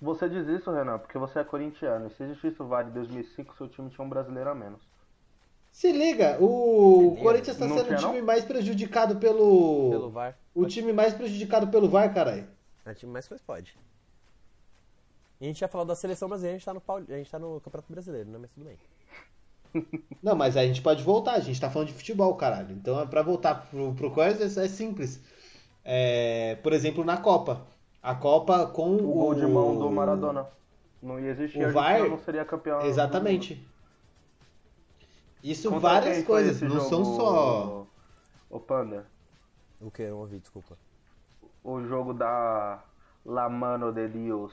você diz isso, Renan, porque você é corintiano. E se existisse o VAR em 2005, seu time tinha um brasileiro a menos.
Se liga, o
liga?
Corinthians tá
Não
sendo o
tinha,
time
não?
mais prejudicado pelo.
Pelo VAR.
O time mais prejudicado pelo VAR, caralho.
A gente mais coisa pode. E a gente ia falar da seleção brasileira, a gente tá no, Paul- a gente tá no Campeonato Brasileiro, né? Mas tudo bem.
Não, mas a gente pode voltar, a gente tá falando de futebol, caralho. Então, é pra voltar pro, pro coisa, é simples. É, por exemplo, na Copa. A Copa com
O gol de mão do Maradona. Não ia existir,
o
a Argentina
VAR?
não seria campeão. do mundo.
Exatamente. Isso
Contra
várias
quem foi
coisas,
esse
não são
jogo,
só.
O Panda,
O que? Eu não ouvi, desculpa.
o jogo da La Mano de Dios.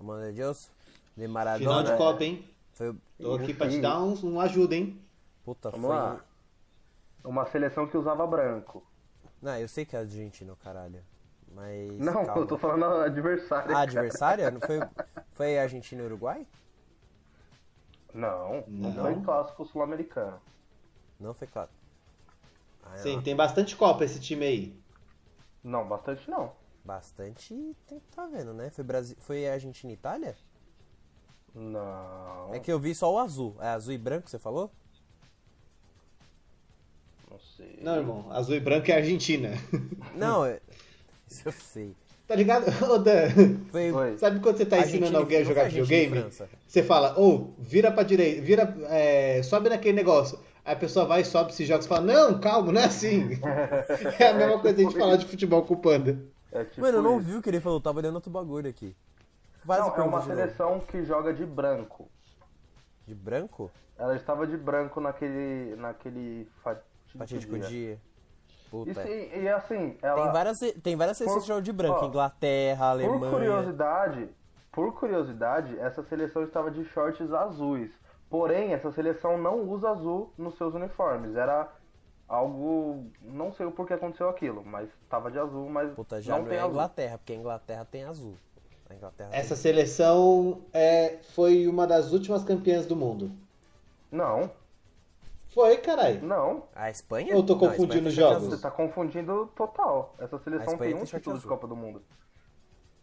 Mano de Deus, de
Final
né?
Maradona.
de Copa, hein?
Foi,
Tô aqui
Enfim.
pra te dar um, um ajuda, hein?
puta,
Vamos
foi... um-
lá. Uma seleção que usava branco.
Não, eu sei que é Argentina, caralho. Mas.
não,
calma.
eu tô falando adversário.
Ah,
cara.
adversária? Não foi, foi Argentina e Uruguai?
Não, não,
Não.
foi clássico sul-americano.
Não foi claro. Ah, é
Sim, tem bastante Copa esse time aí.
Não, bastante não.
Bastante tem que tá vendo, né? Foi, Brasil... foi Argentina e Itália?
Não,
É que eu vi só o azul. É azul e branco, que você falou?
não sei.
Não, irmão, azul e branco é a Argentina.
Não, é- isso eu sei.
Tá ligado? Ô, Dan,
Foi.
Foi.
Sabe quando você tá
Argentina
ensinando alguém a
e- não
jogar
foi Argentina e
videogame?
França.
Você fala, ou vira pra direita, vira, é, sobe naquele negócio. Aí a pessoa vai, sobe, se joga e fala, não, calma, não é assim. É a mesma coisa a gente falar de futebol com o Panda.
É tipo
Mano, eu não
isso.
ouvi o que ele falou, tava olhando outro bagulho aqui. Faz
Não,
a
é uma
pergunta de, novo.
seleção que joga de branco.
de branco?
Ela estava de branco naquele, naquele fatídico
Fatídico
dia.
dia. Puta. é
E, se- e assim, ela,
Tem várias, tem várias seleções
Por-
que jogam de branco.
ó,
Inglaterra,
por
Alemanha.
curiosidade, por curiosidade, essa seleção estava de shorts azuis. Porém, essa seleção não usa azul nos seus uniformes. Era algo, não sei o porquê aconteceu aquilo, mas estava de azul, mas
Puta, já não,
não tem
é
azul.
Inglaterra, porque a Inglaterra tem azul. A Inglaterra
Essa seleção é, foi uma das últimas campeãs do mundo.
Não,
Foi, caralho.
não.
tem... A Espanha?
Eu tô
Não, a
confundindo
Espanha
os
tem short
jogos.
Você
azul.
tá confundindo total. Essa seleção
Espanha
tem um
tem short
título de
azul.
Copa do Mundo.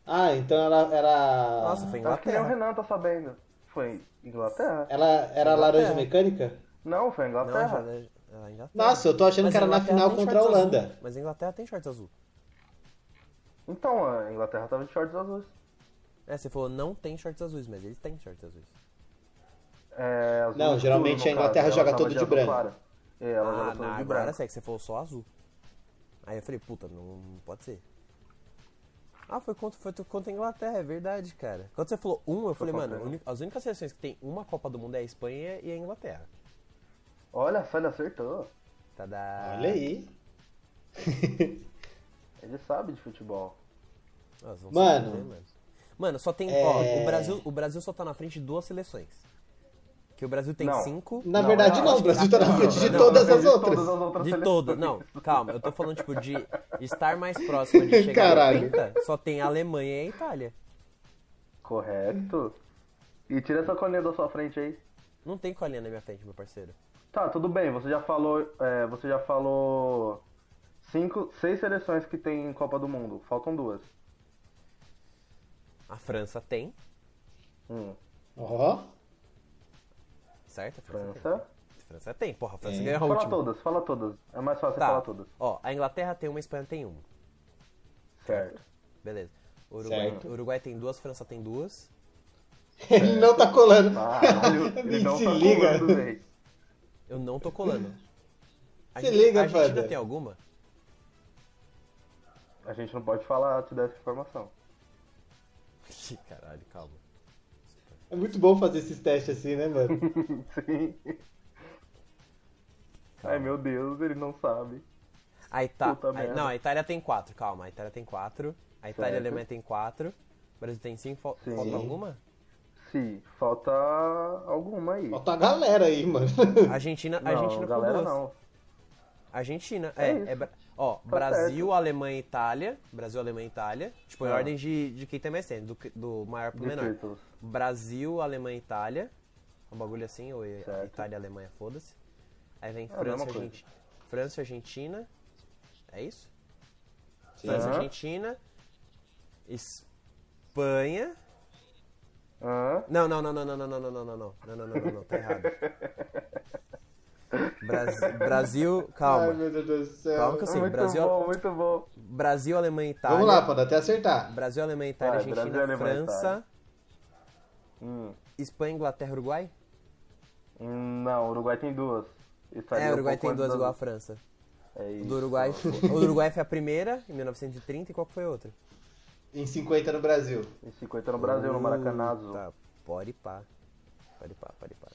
Ah, então ela era.
Nossa, foi
Acho que nem o
Inglaterra.
Renan tá sabendo. Foi Inglaterra?
Ela era
Inglaterra.
laranja mecânica?
Não, foi
Não, a
Inglaterra.
Inglaterra- a Inglaterra.
Nossa, eu tô achando
Mas
que era na
Inglaterra
final
tem
contra a
shorts
Holanda.
azul. Mas a Inglaterra tem shorts azul.
Então, a Inglaterra tava de shorts azuis.
É, você falou não tem shorts azuis, mas eles têm shorts azuis.
É, azul
Não,
escuro,
geralmente
no
a Inglaterra
caso.
joga
Ela
todo
tava
de
azul
branco.
claro. É, ela joga
Ah,
todo
não,
de
agora
branco.
sei que você falou só azul. Aí eu falei, puta, não, não pode ser. Ah, foi contra, foi contra a Inglaterra, é verdade, cara. Quando você falou um, eu falei,
contra
mano,
a
uni- as únicas seleções que tem uma Copa do Mundo é a Espanha e a Inglaterra. Tá
Olha só, ele acertou.
Tadá.
Olha aí.
Ele sabe de futebol.
Nós vamos
Mano.
saber, mano. Mano, só tem.
É.
Ó, o Brasil, o Brasil só tá na frente de duas seleções. Que o Brasil tem
Não.
cinco.
Na
Não,
verdade,
eu
não.
acho
O Brasil tá na frente de
não,
todas
Ele
as
de
outras.
Todas as outras
De
seleções.
todo, não, calma, eu tô falando, tipo, de estar mais próximo de chegar
Caralho.
a 30, só tem a Alemanha e a Itália.
Correto. E tira essa colinha da sua frente aí.
Não tem colinha na minha frente, meu parceiro.
Tá, tudo bem. Você já falou. é, você já falou. Cinco, seis seleções que tem em Copa do Mundo. Faltam duas.
A França tem,
Hum,
Ah.
Ó.
certo? A França,
França.
Tem. França tem, porra, a França
Tem.
ganhou a
Fala
última.
todas, fala todas. É mais fácil
Tá,
falar todas.
ó, a Inglaterra tem uma, a Espanha tem uma,
Certo.
beleza. O Uruguai,
Certo.
o Uruguai tem duas, França tem duas.
Ele não tá colando.
Caralho, Ah, ele não
se
tá
liga.
colando, velho.
Eu não tô colando. A
Se
gente-
liga,
A Argentina
Fada.
tem alguma?
A gente não pode falar, te dar essa informação.
Ih, Caralho, calma.
É muito bom fazer esses testes assim, né, mano?
Sim. Ai meu Deus, ele não sabe.
Aí tá.
Puta
aí-
merda.
não, a Itália tem quatro, calma. A Itália tem quatro. A Itália e a
Certo.
Alemanha tem quatro. O Brasil tem cinco. fal-
Sim.
Falta alguma?
Sim, falta alguma aí.
Falta a galera aí, mano.
A Argentina, a
Não,
Argentina com
galera
duas.
não.
Argentina,
É
é.
isso.
é Bra- ó, Brasil, Alemanha e Itália. Brasil, Alemanha e Itália. Tipo, em
Ah.
ordem de, de quem tem mais tempo, do, que- do maior pro
De
menor.
títulos.
Brasil, Alemanha e Itália. Um bagulho assim, ou i-
Certo. É
Itália, Alemanha, foda-se. Aí vem
a
França,
mesma coisa.
Argentina. França, Argentina. É isso?
Sim.
França,
Aham.
Argentina. Espanha.
Hã?
Não, não, não, não, não, não, não, não, não, não, não, não, não, não, não, não, tá errado. Brasil, Brasil
Ai,
calma.
meu Deus do céu.
Calma que eu sei.
muito
Brasil,
bom, muito bom.
Brasil, Alemanha e Itália.
Vamos lá, Panda, até acertar.
Brasil, Alemanha, Itália,
Vai,
Argentina,
Brasil, Alemanha,
França,
Hum,
Espanha, Inglaterra, Uruguai.
Hum, Não, o Uruguai tem duas. Isso aí
É,
eu
o Uruguai tem
concordo
duas
das-
igual a França.
É
O
isso.
do Uruguai, foi- o do Uruguai foi a primeira, em 1930, e qual que foi a outra?
Em 50 no Brasil.
Em 50 no Brasil, no Maracanazo.
Tá, pode pá. Pode pá, pode pá.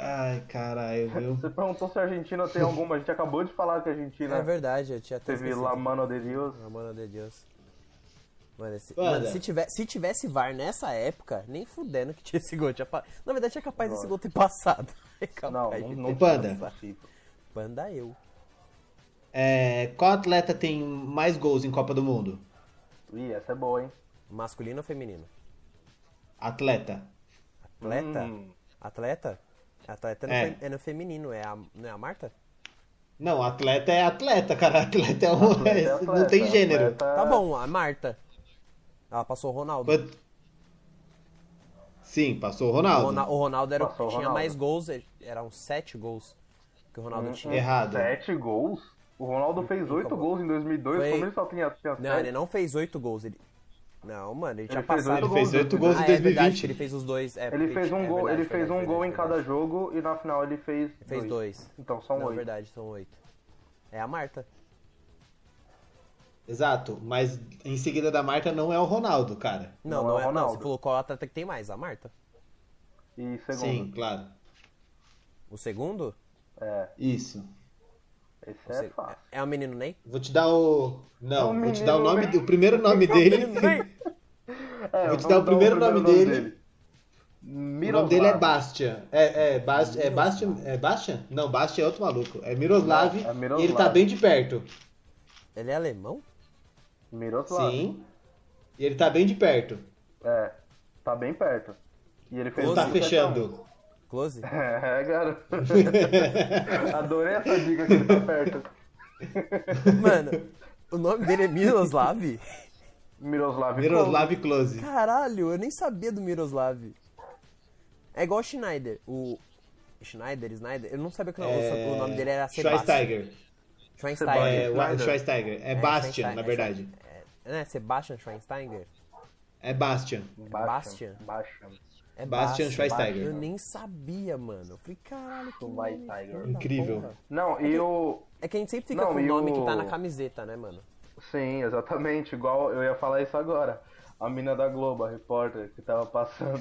Ai, caralho, viu?
Você perguntou se a Argentina tem alguma. A gente acabou de falar que a Argentina
É verdade, eu tinha até
né? teve
esquecido.
La Mano de Deus.
Ah, Mano de Deus. Mano, esse-
Olha.
mano, se, tiver, se tivesse VAR nessa época, nem fudendo que tinha esse gol. Tinha pa- Na verdade, é capaz desse gol ter passado. É capaz
Não,
de
não,
ter
não
Panda.
participa.
Banda eu.
É, qual atleta tem mais gols em Copa do Mundo?
Ih, essa é boa, hein?
Masculino ou feminino?
Atleta.
Atleta?
Hum.
Atleta? Atleta não
É.
é. no feminino, é a, não é a Marta?
Não, atleta é atleta, cara. Atleta é um.
Atleta é
não
atleta,
tem gênero.
atleta-
Tá bom, a Marta. Ela passou o Ronaldo.
Quant- Sim, passou o
O
Ronaldo.
Rona- o Ronaldo era o que
Passou o
tinha
Ronaldo.
mais gols, ele- eram sete gols que o
Hum,
Ronaldo tinha.
Errado.
Sete gols? O Ronaldo fez oito
acabou.
gols em 2002,
Tá Foi-
como ele só tinha, tinha
Não,
sete?
ele não fez oito gols. Ele... Não, mano, ele tinha
Ele fez
passado.
Ele fez
né?
oito gols
Ah,
em
é verdade
2020.
que ele fez os dois. é,
Ele fez um
é
gol,
verdade,
ele fez
verdade,
um
verdade,
gol em
verdade.
cada jogo e na final ele fez
Ele fez dois.
Então são
Não,
oito.
verdade, são oito. É a Marta.
Exato, mas em seguida da Marta não é o Ronaldo, cara.
Não,
Não,
não, é,
é o
não. Você
Ronaldo.
falou qual atleta que tem mais? A Marta?
E segundo.
Sim, claro.
O segundo?
É,
Isso.
esse
O
é
seg-
fácil.
é o menino Ney?
Vou te dar o. Não,
É um
vou te dar o
menino,
nome,
né?
o primeiro nome dele.
É,
Vou te
vamos
dar o primeiro
é
nome dele. O
Miroslav.
nome dele é Bastia. É, é, Bastia. É Bastia? É Bastia? Não, Bastia é outro maluco. É Miroslav.
É Miroslav.
E ele tá bem de perto.
Ele é alemão?
Miroslav.
Sim. E ele tá bem de perto.
É, tá bem perto. E ele fez
Ele tá
um
fechando.
Close?
setão. É, garoto. Adorei essa dica que ele tá perto.
Mano, o nome dele é Miroslav?
Miroslav.
Miroslav Close.
Caralho, eu nem sabia do Miroslav. É igual o Schneider. O Schneider, Schneider, eu não sabia que o,
É,
o nome dele era Sebastian.
Schweinsteiger. É,
Schweinsteiger.
o- é Schweinsteiger. É Bastian,
Schweinsteiger.
na verdade.
É, né? Sebastian Schweinsteiger? Tá
É Bastian.
Bastian.
Bastian.
É
Bastian Schweinsteiger.
Eu nem sabia, mano. Eu falei, caralho, que
Vai,
nome
Tiger.
filho da
Incrível.
porra.
Não, e o...
É que a gente sempre fica
Não,
com o
e
nome
o-
que tá na camiseta, né, mano?
Sim, exatamente. Igual eu ia falar isso agora. A mina da Globo, a repórter, que tava passando...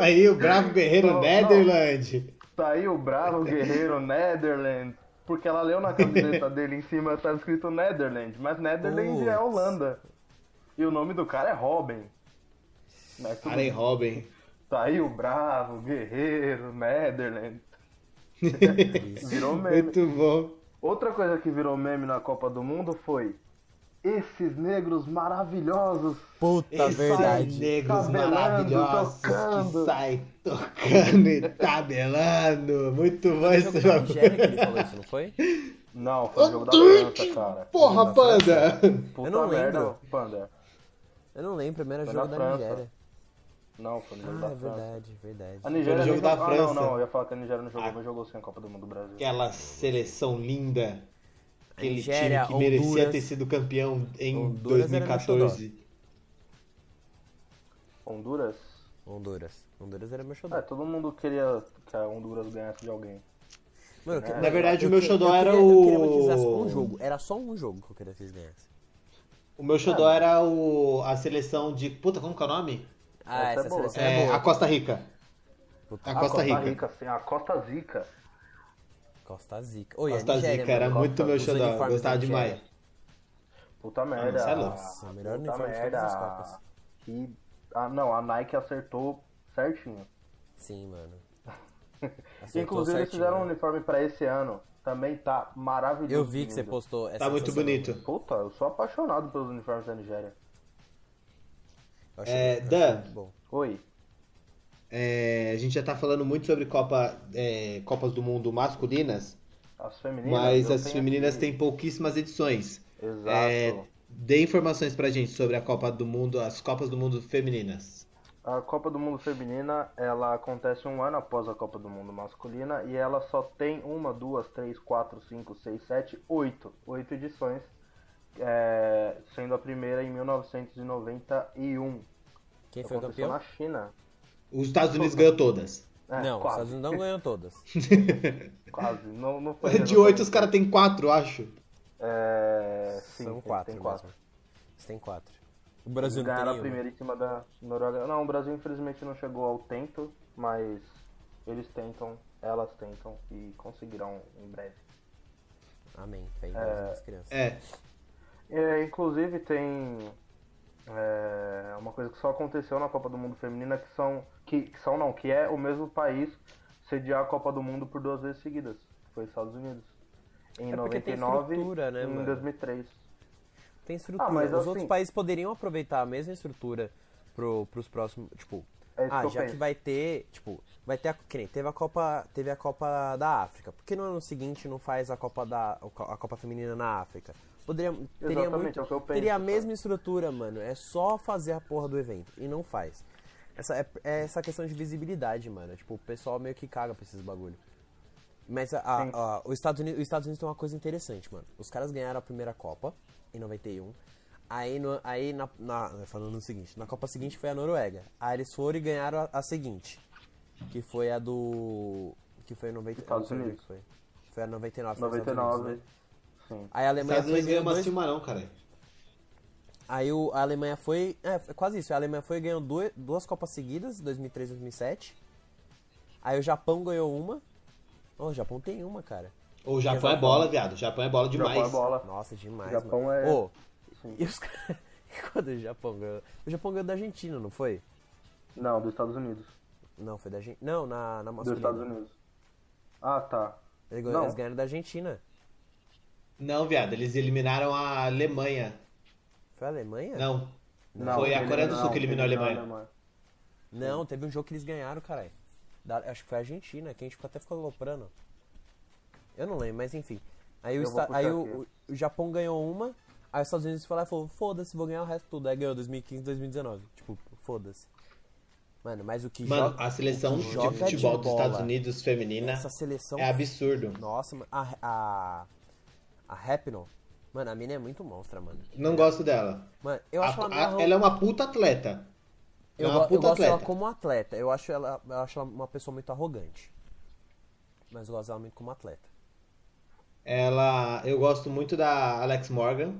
Aí o bravo guerreiro
Não,
Netherland.
Saiu Tá o bravo guerreiro Netherlands. Porque ela leu na camiseta dele em cima, tava escrito Netherlands. Mas Netherlands é
Putz.
Holanda. E o nome do cara é Robin. Mas tudo
Allen Robin.
Saiu bravo, guerreiro, Netherlands. virou meme.
Muito bom.
Outra coisa que virou meme na Copa do Mundo foi esses negros maravilhosos.
Puta
Esses
Tá verdade.
negros
Tabelando,
maravilhosos que
Tá tocando.
sai tocando e tabelando. Muito bom
Foi
esse é
jogo da
um
jogo.
Nigéria que ele falou isso, não foi?
Não, foi o jogo da
Ô,
França,
Duque,
cara. assim.
Porra, panda!
Puta
Eu não
merda,
lembro.
Panda.
Eu não lembro, primeiro
Foi
jogo
na
da
França.
Nigéria.
Não, foi no jogo
Ah,
da
é
França.
verdade, verdade.
A Nigéria
Foi no jogo
nem
da
jogou- Ah, não,
França.
não, eu ia falar que a Nigéria não
Ah.
jogou, mas jogou sim a Copa do Mundo do Brasil.
Aquela seleção linda. Aquele
Nigéria,
time que merecia
Honduras.
ter sido campeão em
Honduras era meu
2014.
Honduras?
Honduras. Honduras era meu xodó.
É, todo mundo queria que a Honduras ganhasse de alguém.
Mano, eu que-
Na verdade,
eu
o meu
que-
xodó
eu
era
queria- Eu queria
o-
que vocês fizessem um jogo. Era só um jogo que eu queria que vocês ganhassem.
O meu xodó era o, a seleção de. Puta, como que é o nome?
Ah,
Essa é
essa,
boa.
seleção é,
É,
boa.
a Costa Rica.
Puta,
A
A
Costa Rica.
sim, a Costa Rica.
Costa Zica. Oi,
Costa
a Nigéria,
Rica era
mano.
muito meu
Os
xodó.
uniformes
Gostava
da Nigéria.
demais.
Ah,
Puta merda.
isso é louco.
Nossa, melhor
Puta
uniforme de todas
merda.
as Copas.
Que... Ah, não, a Nike acertou certinho.
Sim, mano. Acertou
Inclusive, eles
certinho,
fizeram um
né?
uniforme pra esse ano. Também tá maravilhoso.
Eu vi que você
lindo.
postou essa
Tá muito bonito.
Puta, eu sou apaixonado pelos uniformes da Nigéria.
É, Dan.
Dan. Bom.
Oi.
É, a gente já tá falando muito sobre Copa, é, Copas do Mundo masculinas,
As femininas.
mas
eu
as
tenho
femininas
aqui.
têm pouquíssimas edições.
Exato.
É, dê informações pra gente sobre a Copa do Mundo, as Copas do Mundo femininas.
A Copa do Mundo Feminina, ela acontece um ano após a Copa do Mundo Masculina e ela só tem uma, duas, três, quatro, cinco, seis, sete, oito. Oito edições, é, sendo a primeira em 1991.
Quem foi o
Aconteceu Tá
campeão?
um. na China.
Os Estados Unidos ganhou todas.
não,
É,
os Estados
quase,
Unidos não ganhou todas.
quase. Não, não foi
De oito, os caras têm quatro, acho.
É, sim,
São
tem-
quatro.
Tem quatro.
mesmo. Eles têm quatro. O Brasil não tem
Ganharam a
nenhuma.
primeira em cima da Noruega. Não, o Brasil infelizmente não chegou ao tento, mas eles tentam, elas tentam e conseguirão em breve.
Amém. Fé em Deus nas crianças.
É.
É, inclusive tem é, uma coisa que só aconteceu na Copa do Mundo Feminina que são que, que são não, que é o mesmo país sediar a Copa do Mundo por duas vezes seguidas. que Foi os Estados Unidos. Em
É porque tem
99
estrutura, né,
em
mano?
2003.
Tem estrutura.
Ah, mas
Os
assim-
outros países poderiam aproveitar a mesma estrutura pro, pros próximos. Tipo,
É isso
ah,
que eu
já que
penso.
vai ter. Tipo, vai ter a. Que nem teve a Copa. Teve a Copa da África. Por que no ano seguinte não faz a Copa da. a Copa feminina na África? Poderia. Teria
Exatamente,
muito.
é o que eu penso,
teria a
cara.
mesma estrutura, mano. É só fazer a porra do evento. E não faz. Essa, é, é essa questão de visibilidade, mano. Tipo, o pessoal meio que caga pra esses bagulho. Mas a- a- a- os, Estados Unidos, os Estados Unidos tem uma coisa interessante, mano. Os caras ganharam a primeira Copa, em 91. Aí, no, aí na, na- falando o seguinte, na Copa seguinte foi a Noruega. Aí eles foram e ganharam a, a seguinte, que foi a do... Que foi em 90,
Estados
não sei
Unidos.
o que Foi. foi a 99. foi nos Estados Unidos,
99.
né?
Sim.
Aí a
Os
Alemanha
Estados
foi e
Unidos ganhou
ganhou
uma
dois,
cimarão, cara.
Aí o- a Alemanha foi. É, foi quase isso. A Alemanha foi e ganhou duas, duas Copas seguidas, 2003 e 2007. Aí o Japão ganhou uma. Ô, o Japão tem uma, cara.
O Japão é bola, viado. O Japão é bola demais.
Jogou a bola.
Nossa, demais,
O Japão
mano.
é-
Ô,
Sim.
e os caras. Quando o Japão ganhou. O Japão ganhou da Argentina, não foi?
Não, dos Estados Unidos.
Não, foi da Argentina. Não, na, na
Dos Estados
masculina.
Unidos. Ah, tá.
Eles ganharam-
Não.
eles ganharam da Argentina.
Não, viado. Eles eliminaram a Alemanha.
Foi a Alemanha?
Não.
Não,
Foi a Coreia do Sul que
não,
eliminou a Alemanha.
Não, teve um jogo que eles ganharam, caralho. Da- acho que foi a Argentina, que a gente ficou- até ficou aloprando. Eu não lembro, mas enfim. Aí, o,
Eu vou
esta- aí
puxar
o,
aqui.
o- o Japão ganhou uma, aí os Estados Unidos foi lá e falou, foda-se, vou ganhar o resto tudo. Aí ganhou 2015, 2019. Tipo, foda-se. Mano, mas o que
Mano,
joga-
a seleção
o
de
que joga
futebol dos
é bola,
Estados Unidos feminina
Essa seleção
é absurdo.
Nossa, mano, a a a Rapinoe. Mano, a mina é muito monstra, mano.
Não gosto dela.
Mano, eu acho
A-
ela
a-
meio arro-
ela é uma puta atleta.
Eu,
é
go-
uma
eu
puta
gosto
atleta.
dela como atleta. Eu acho ela, eu acho ela uma pessoa muito arrogante. Mas eu gosto dela muito como atleta.
Ela, eu gosto muito da Alex Morgan,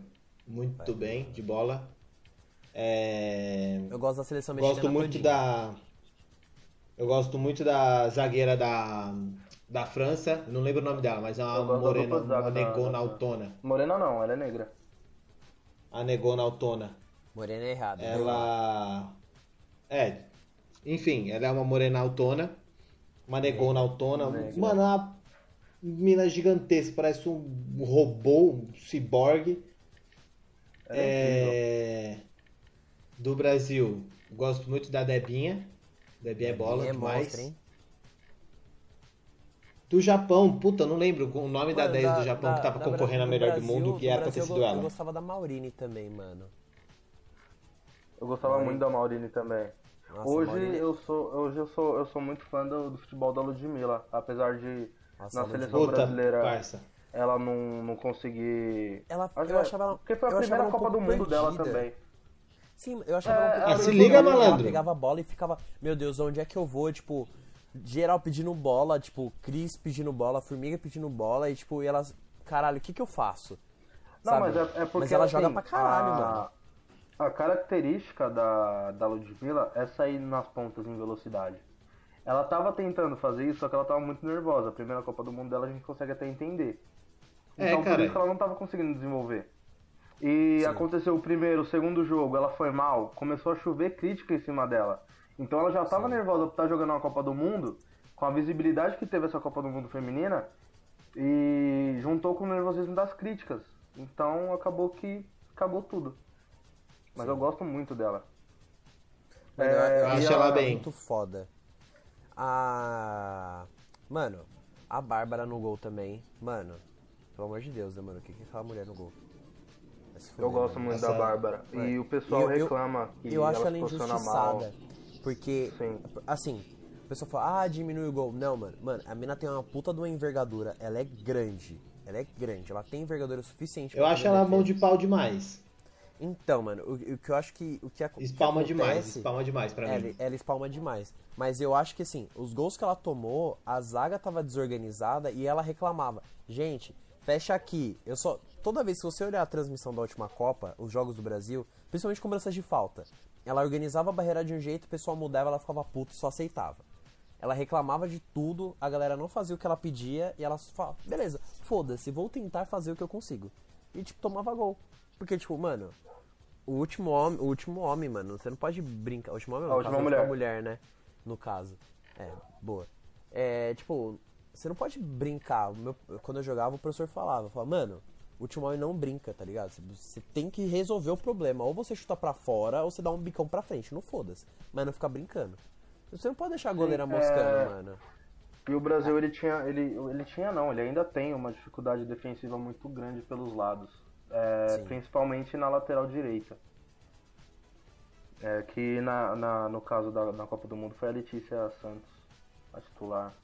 muito bem de bola. É,
Eu gosto da seleção mexicana.
gosto muito
todinha.
da, eu gosto muito da zagueira da, da França. Eu não lembro o nome dela, mas é uma
Eu gosto da
morena,
dupla zaga
uma
da-
negona
da-
autona,
Morena não, ela é negra.
a negona autona.
Morena é errada. né?
Ela. É. Enfim, ela é uma morena autona. Uma negona autona.
Negra.
Mano, uma mina gigantesca. Parece um robô, um ciborgue.
Ela incrível.
É, Do Brasil. Gosto muito da Debinha. Debinha é bola
Ninguém é
demais.
monstra, hein?
Do Japão, puta, não lembro o nome da
Mano,
10 do Japão que tava
da
concorrendo a
Brasil-
melhor do
Brasil-
mundo, que era pra ter
Brasil eu
sido
go-
ela.
Eu gostava da Maurini também, mano.
Eu gostava muito da Maurine também.
Uhum. Nossa,
hoje
Maurini-
eu sou, hoje eu sou, eu sou muito fã do, do futebol da Ludmilla, apesar de
Nossa,
na
a Ludmilla.
seleção
Puta,
brasileira
parça.
ela não, não conseguir.
Ela-
Acho
eu
que- é,
achava ela-
porque foi a
eu achava
primeira
ela um
Copa do
pouco
Mundo dela
perdida.
também.
Sim, eu achava ela um
É,
pouco
ah, se
arrogante,
liga,
mano. Ela
malandro.
pegava a bola e ficava, meu Deus, onde é que eu vou? Tipo, geral pedindo bola, tipo, Cris pedindo bola, Formiga pedindo bola, e tipo, e elas, caralho, o que que eu faço?
Não,
Sabe?
mas é, é porque
ela
assim,
joga pra caralho,
a,
mano.
A característica da, da Ludmilla é sair nas pontas em velocidade. Ela tava tentando fazer isso, só que ela tava muito nervosa. A primeira Copa do Mundo dela a gente consegue até entender.
É,
Então por
cara.
isso que ela não tava conseguindo desenvolver. E aconteceu o primeiro, o segundo jogo, ela foi mal, começou a chover crítica em cima dela. Então ela já tava nervosa por estar jogando uma Copa do Mundo, com a visibilidade que teve essa Copa do Mundo feminina, e juntou com o nervosismo das críticas. Então acabou que acabou tudo. Mas eu gosto muito dela.
Mano, eu- eu
É,
acho
acho
ela
ela
bem.
muito foda. A. Mano, a Bárbara no gol também. Mano, pelo amor de Deus, né, mano? O que que é aquela mulher no gol? Vai se
Eu
fuder,
gosto
mano.
muito
Essa-
da Bárbara. E o pessoal
é, eu- eu-
reclama que
Eu acho
ela
ela
se posiciona mal.
injustiçada. Porque,
Sim.
assim, o pessoal fala, ah, diminui o gol. Não, mano. Mano, a mina tem uma puta de uma envergadura. Ela é grande. Ela é grande. Ela tem envergadura suficiente
Eu acho
fazer
ela
defesa.
mão de pau demais.
Então, mano, o, o que eu acho que. O que ac- que
Espalma demais,
acontece-
espalma demais pra
É,
mim.
ele- ela espalma demais. Mas eu acho que assim, os gols que ela tomou, a zaga tava desorganizada e ela reclamava. Gente, fecha aqui. Eu só. Toda vez, se você olhar a transmissão da última Copa, os jogos do Brasil, principalmente cobranças de falta, ela organizava a barreira de um jeito, o pessoal mudava, ela ficava puto, só aceitava. Ela reclamava de tudo, a galera não fazia o que ela pedia e ela falava, beleza, foda-se, vou tentar fazer o que eu consigo. E, tipo, tomava gol. Porque, tipo, mano, o último homem, o último homem, mano, você não pode brincar. O último homem,
A
não, no
última
caso, a última
mulher.
mulher, né? No caso. É, boa. É, tipo, você não pode brincar. O meu- quando eu jogava, o professor falava, falava, mano, o último homem não brinca, tá ligado? Você- Você tem que resolver o problema. Ou você chuta pra fora, ou você dá um bicão pra frente, não foda-se. Mas não fica brincando. Você não pode deixar a goleira moscando,
é.
mano.
E o Brasil, ele tinha, ele, ele tinha não, ele ainda tem uma dificuldade defensiva muito grande pelos lados. É,
Sim.
principalmente na lateral direita. É, que na, na- no caso da na Copa do Mundo foi a Letícia Santos, a titular.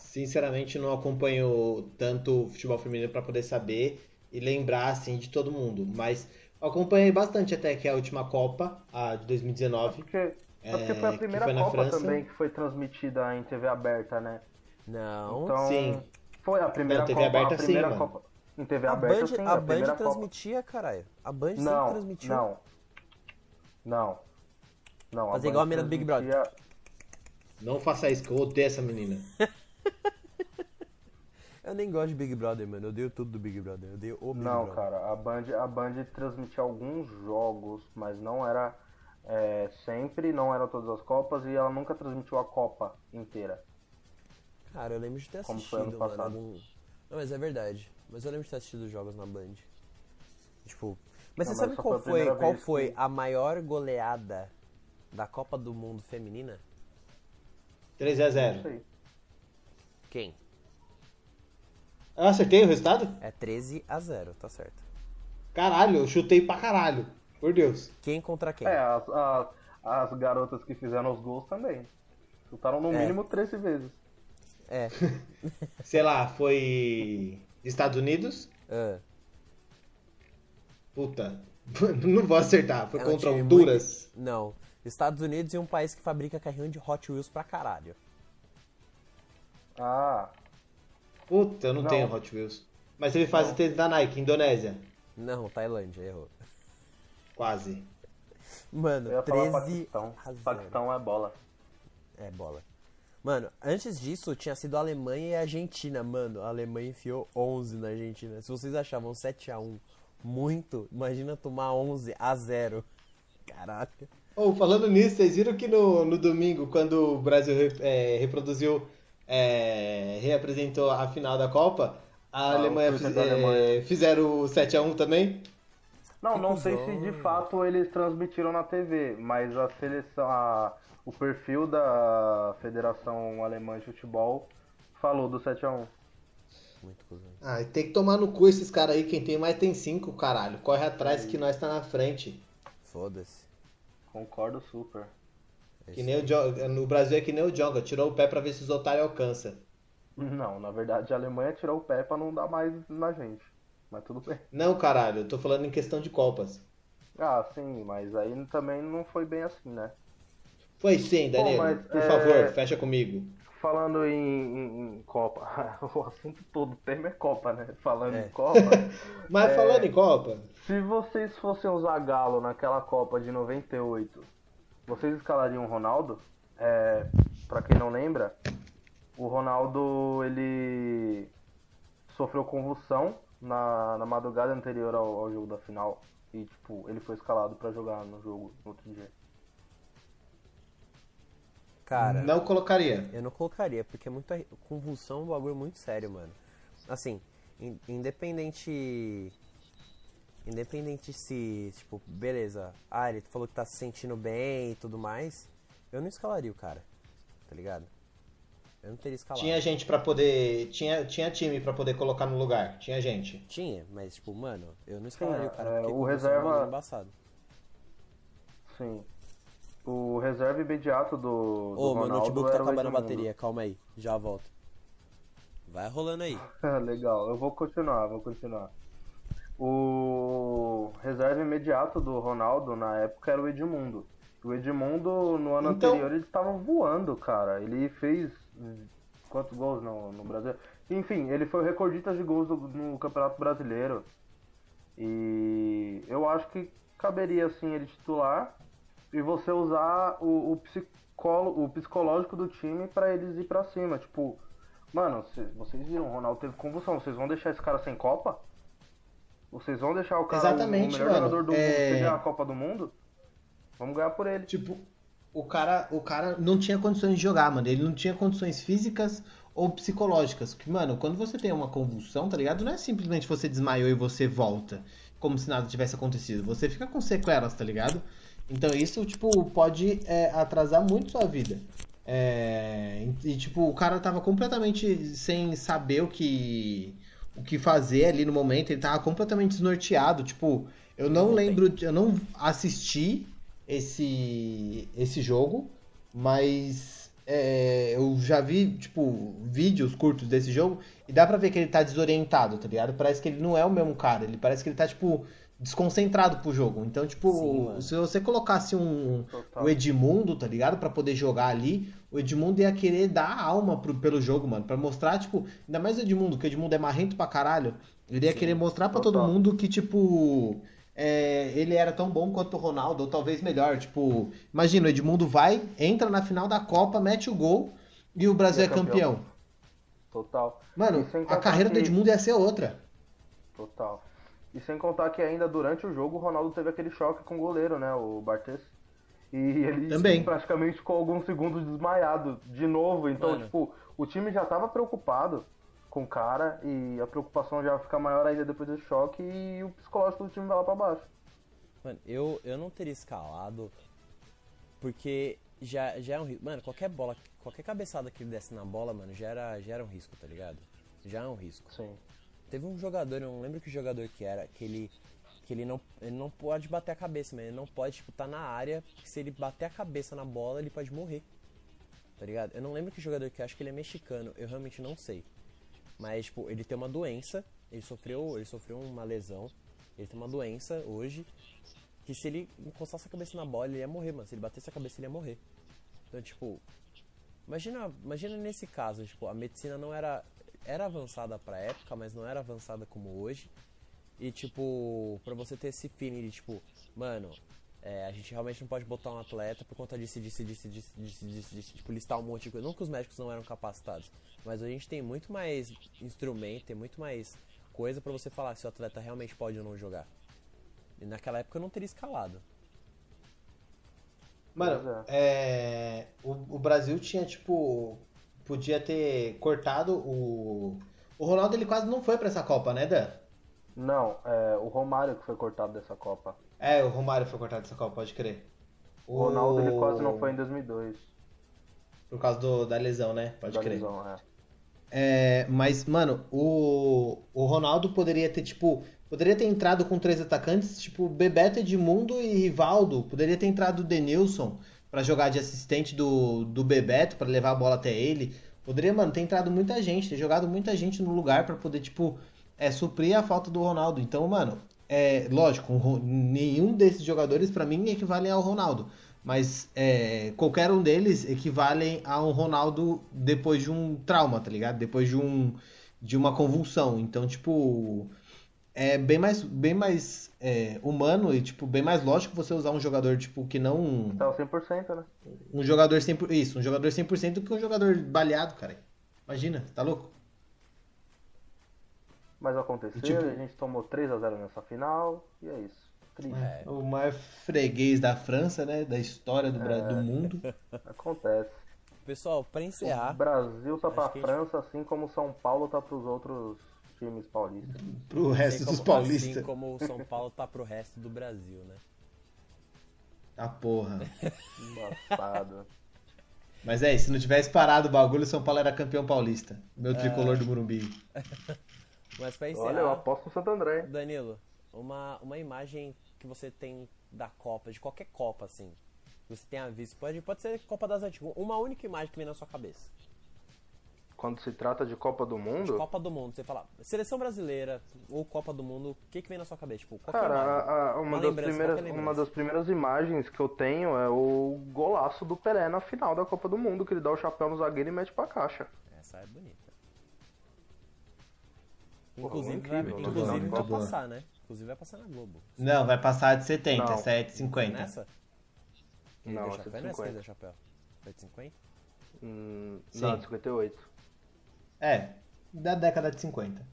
Sinceramente, não acompanho tanto o futebol feminino pra poder saber e lembrar assim de todo mundo, mas acompanhei bastante até que a última Copa, a de 2019.
Porque, é, porque foi
que
a primeira
foi na
Copa
França.
também que foi transmitida em TV aberta, né?
Não.
Então,
Sim.
foi a primeira
Não, TV
Copa,
aberta
a
sim,
primeira
mano.
Copa. Em TV
a
aberta
Band,
sim,
a Band
assim, primeira Copa.
transmitia, caralho. A Band
Não,
sempre transmitiu.
não. Não. Não,
Fazer
Band
é igual a mina do Big Brother.
transmitia-
Não faça isso, que eu odeio essa menina.
Eu nem gosto de Big Brother, mano. Eu odeio tudo do Big Brother. Eu odeio o Big
Não,
Brother.
cara, a Band, a Band transmitia alguns jogos, mas não era é, sempre, não era todas as Copas e ela nunca transmitiu a Copa inteira.
Cara, eu lembro de ter
Como foi ano
assistido, mano.
passado.
algum- Não, mas é verdade. Mas eu lembro de ter assistido os jogos na Band. Tipo. Mas
Não,
você
mas
sabe
essa
qual
foi a primeira
foi, qual
vez que-
foi a maior goleada da Copa do Mundo feminina?
3 a 0.
Não sei.
Quem?
Eu acertei o resultado?
É 13 a 0, tá certo.
Caralho, eu chutei pra caralho. Por Deus.
Quem contra quem?
É, as, as, as garotas que fizeram os gols também. Chutaram no
É.
mínimo 13 vezes.
É.
Sei lá, foi Estados Unidos?
Ah,
Puta, não vou acertar. Foi
é um
contra
time
Honduras.
muito- Não. Estados Unidos é um país que fabrica carrinho de Hot Wheels pra caralho.
Ah,
Puta, eu não,
Não.
tenho Hot Wheels. Mas teve fase de tênis da Nike, Indonésia.
Não, Tailândia, errou.
Quase.
Mano,
eu ia falar
13
Paquistão.
a 0.
Paquistão é bola.
É, bola. Mano, antes disso tinha sido a Alemanha e a Argentina, mano. A Alemanha enfiou 11 na Argentina. Se vocês achavam 7x1 muito, imagina tomar 11 a 0. Caraca.
Ou falando nisso, vocês viram que no, no domingo, quando o Brasil re- é, reproduziu, é, reapresentou a final da Copa, a
Ah, o
Alemanha,
Twitter
fiz-
da
é,
Alemanha.
fizeram o 7x1 também?
Não,
Que
não sei
cuzão,
se de
né?
fato eles transmitiram na TV, mas a seleção, a- o perfil da Federação Alemã de Futebol falou do 7x1.
Muito cuzão.
Ah, e tem que tomar no cu esses caras aí, quem tem mais tem cinco, caralho. Corre atrás que nós tá na frente.
Foda-se.
Concordo super.
Que nem o Jo- no Brasil é que nem o Jonga, tirou o pé pra ver se os otários alcançam.
Não, na verdade a Alemanha tirou o pé pra não dar mais na gente. Mas tudo bem.
Não, caralho, eu tô falando em questão de Copas.
Ah, sim, mas aí também não foi bem assim, né?
Foi sim, Danilo.
mas,
Por
é,
favor, fecha comigo.
Falando em, em- em Copa, o assunto todo, o tema é Copa, né? Falando
É.
em Copa,
Mas
é
falando em Copa,
se vocês fossem o Zagallo naquela Copa de 98, vocês escalariam o Ronaldo? É, para quem não lembra, o Ronaldo ele sofreu convulsão na, na madrugada anterior ao, ao jogo da final e tipo ele foi escalado pra jogar no jogo no outro dia.
Cara,
não colocaria.
eu não colocaria, porque é muita convulsão, é um bagulho muito sério, mano. Assim, in- independente independente se, tipo, beleza, ah, ele falou que tá se sentindo bem e tudo mais, eu não escalaria o cara, tá ligado? Eu não teria escalado.
Tinha gente pra poder. Tinha, tinha time pra poder colocar no lugar. Tinha gente.
Tinha, mas, tipo, mano, eu não escalaria
Sim,
o cara,
é,
porque
o
começou um
reserva-
bagulho embaçado.
Sim. O reserva imediato do, do
Ô, meu
Ronaldo
notebook tá
era o
acabando a
Edmundo.
bateria, calma aí, já volto. Vai rolando aí.
Tá, Legal, eu vou continuar, vou continuar. O reserva imediato do Ronaldo na época era o Edmundo. O Edmundo, no ano
Então-
anterior, ele estava voando, cara. Ele fez. hum, Quantos gols no, no Brasil? Enfim, ele foi o recordista de gols do- no Campeonato Brasileiro. E eu acho que caberia, assim, ele titular e você usar o, o, psicólo- o psicológico do time pra eles ir pra cima. Tipo, mano, cê- vocês viram, o Ronaldo teve convulsão. Vocês vão deixar esse cara sem Copa? Vocês vão deixar o cara o-
Exatamente,
o melhor
mano.
jogador do
É.
mundo que ganhar a Copa do Mundo? Vamos ganhar por ele.
Tipo, o cara, o cara não tinha condições de jogar, mano. Ele não tinha condições físicas ou psicológicas. Que, mano, quando você tem uma convulsão, tá ligado? Não é simplesmente você desmaiou e você volta, como se nada tivesse acontecido. Você fica com sequelas, tá ligado? Então isso, tipo, pode é, atrasar muito sua vida. É, e, e, tipo, o cara tava completamente sem saber o que, o que fazer ali no momento. Ele tava completamente desnorteado. Tipo, eu não lembro, de- eu não assisti esse, esse jogo, mas é, eu já vi, tipo, vídeos curtos desse jogo e dá pra ver que ele tá desorientado, tá ligado? Parece que ele não é o mesmo cara, ele parece que ele tá, tipo, desconcentrado pro jogo. Então, tipo,
Sim, mano.
se você colocasse um,
Total.
o Edmundo, tá ligado? Pra poder jogar ali, o Edmundo ia querer dar a alma pro- pelo jogo, mano, Pra mostrar, tipo, ainda mais o Edmundo, que o Edmundo é marrento pra caralho, ele ia querer mostrar pra todo
total.
mundo que, tipo, é, ele era tão bom quanto o Ronaldo, ou talvez melhor, tipo, imagina, o Edmundo vai, entra na final da Copa, mete o gol e o Brasil
E
é
é
campeão.
Total.
Mano,
E sem
a
contar
carreira do
que-
Edmundo ia ser outra.
Total. E sem contar que ainda durante o jogo o Ronaldo teve aquele choque com o goleiro, né? O Bartes. E ele
Também.
praticamente ficou alguns segundos desmaiado de novo. Então,
Mano.
tipo, o time já tava preocupado com o cara e a preocupação já fica maior ainda depois do choque e o psicológico do time vai lá pra baixo.
Mano, eu, eu não teria escalado porque já, já é um risco. Mano, qualquer bola, qualquer cabeçada que ele desse na bola, mano, já era, já era um risco, tá ligado? Já é um risco.
Sim.
Teve um jogador, eu não lembro que jogador que era, que ele, que ele, não, ele não pode bater a cabeça, mano. Ele não pode, tipo, tá na área, porque se ele bater a cabeça na bola, ele pode morrer. Tá ligado? Eu não lembro que jogador que é, acho que ele é mexicano, eu realmente não sei. Mas, tipo, ele tem uma doença, ele sofreu, ele sofreu uma lesão, ele tem uma doença hoje, que se ele encostasse a cabeça na bola, ele ia morrer, mano. Se ele batesse a cabeça, ele ia morrer. Então, tipo, Imagina, imagina nesse caso, tipo, a medicina não era era avançada pra época, mas não era avançada como hoje. E tipo, pra você ter esse feeling de tipo, mano, é, a gente realmente não pode botar um atleta por conta disso, disso, disso, disso, disso, disso, disso, tipo, listar um monte de coisa. Não que os médicos não eram capacitados, mas a gente tem muito mais instrumento, tem muito mais coisa pra você falar se o atleta realmente pode ou não jogar. E naquela época eu não teria escalado.
Mano, é, o, o Brasil tinha, tipo, podia ter cortado o. O Ronaldo ele quase não foi pra essa Copa, né, Dan?
Não, é o Romário que foi cortado dessa Copa.
É, o Romário foi cortado dessa Copa, pode crer.
O Ronaldo ele quase não foi em 2002.
Por causa do- da lesão, né? Pode
da
crer.
lesão, é.
É, mas, mano, o, o Ronaldo poderia ter, tipo, poderia ter entrado com três atacantes, tipo, Bebeto, Edmundo e Rivaldo. Poderia ter entrado o Denilson pra jogar de assistente do, do Bebeto, pra levar a bola até ele. Poderia, mano, ter entrado muita gente, ter jogado muita gente no lugar pra poder, tipo, é, suprir a falta do Ronaldo. Então, mano, é lógico, o Ro- nenhum desses jogadores pra mim equivale ao Ronaldo. Mas é, qualquer um deles equivalem a um Ronaldo depois de um trauma, tá ligado? Depois de um de uma convulsão. Então, tipo, é bem mais bem mais é, humano e tipo bem mais lógico você usar um jogador tipo que não
Tava 100%, né?
um jogador 100%, isso, um jogador 100% que um jogador baleado, cara. Imagina, tá louco?
Mas aconteceu,
Tipo-
a gente tomou 3x0 nessa final e é isso. Triste.
O maior freguês da França, né, da história do, Bra- do mundo.
Acontece.
Pessoal, pra
O
encerrar,
Brasil tá pra
Ah. que a gente-
França, assim como São Paulo tá pros outros times paulistas.
Pro
assim
resto dos
como-
paulistas.
assim como o São Paulo tá pro resto do Brasil, né?
A porra.
Embaçado.
Mas é, isso, se não tivesse parado o bagulho, o São Paulo era campeão paulista. Meu tricolor do Morumbi.
Mas pra
Olha, eu
encerrar,
aposto no Santo André. hein?
Danilo, uma, uma imagem que você tem da Copa, de qualquer Copa, assim, que você tenha visto, pode, pode ser Copa das Antigas, uma única imagem que vem na sua cabeça.
quando se trata de Copa do Mundo,
Copa do Mundo, você fala, seleção brasileira ou Copa do Mundo, o que, que vem na sua cabeça? Tipo, qual que é o
Cara,
nome?
a- a- uma, das
lembrança,
primeiras,
qualquer
uma
lembrança.
das primeiras imagens que eu tenho é o golaço do Pelé na final da Copa do Mundo, que ele dá o chapéu no zagueiro e mete pra caixa.
Essa é bonita.
Porra,
Inclusive,
incrível,
vai,
né?
inclusive
Muito
vai
boa.
passar, né? Inclusive vai passar na Globo.
Não, vai passar de 70,
Não.
é 7,50.
Nessa? Quem
Não,
deu
essa é
chapéu?
de
Não é essa quem
50.
deu chapéu. Foi de 50?
Hum,
Sim.
não, de 58.
É, da década de 50.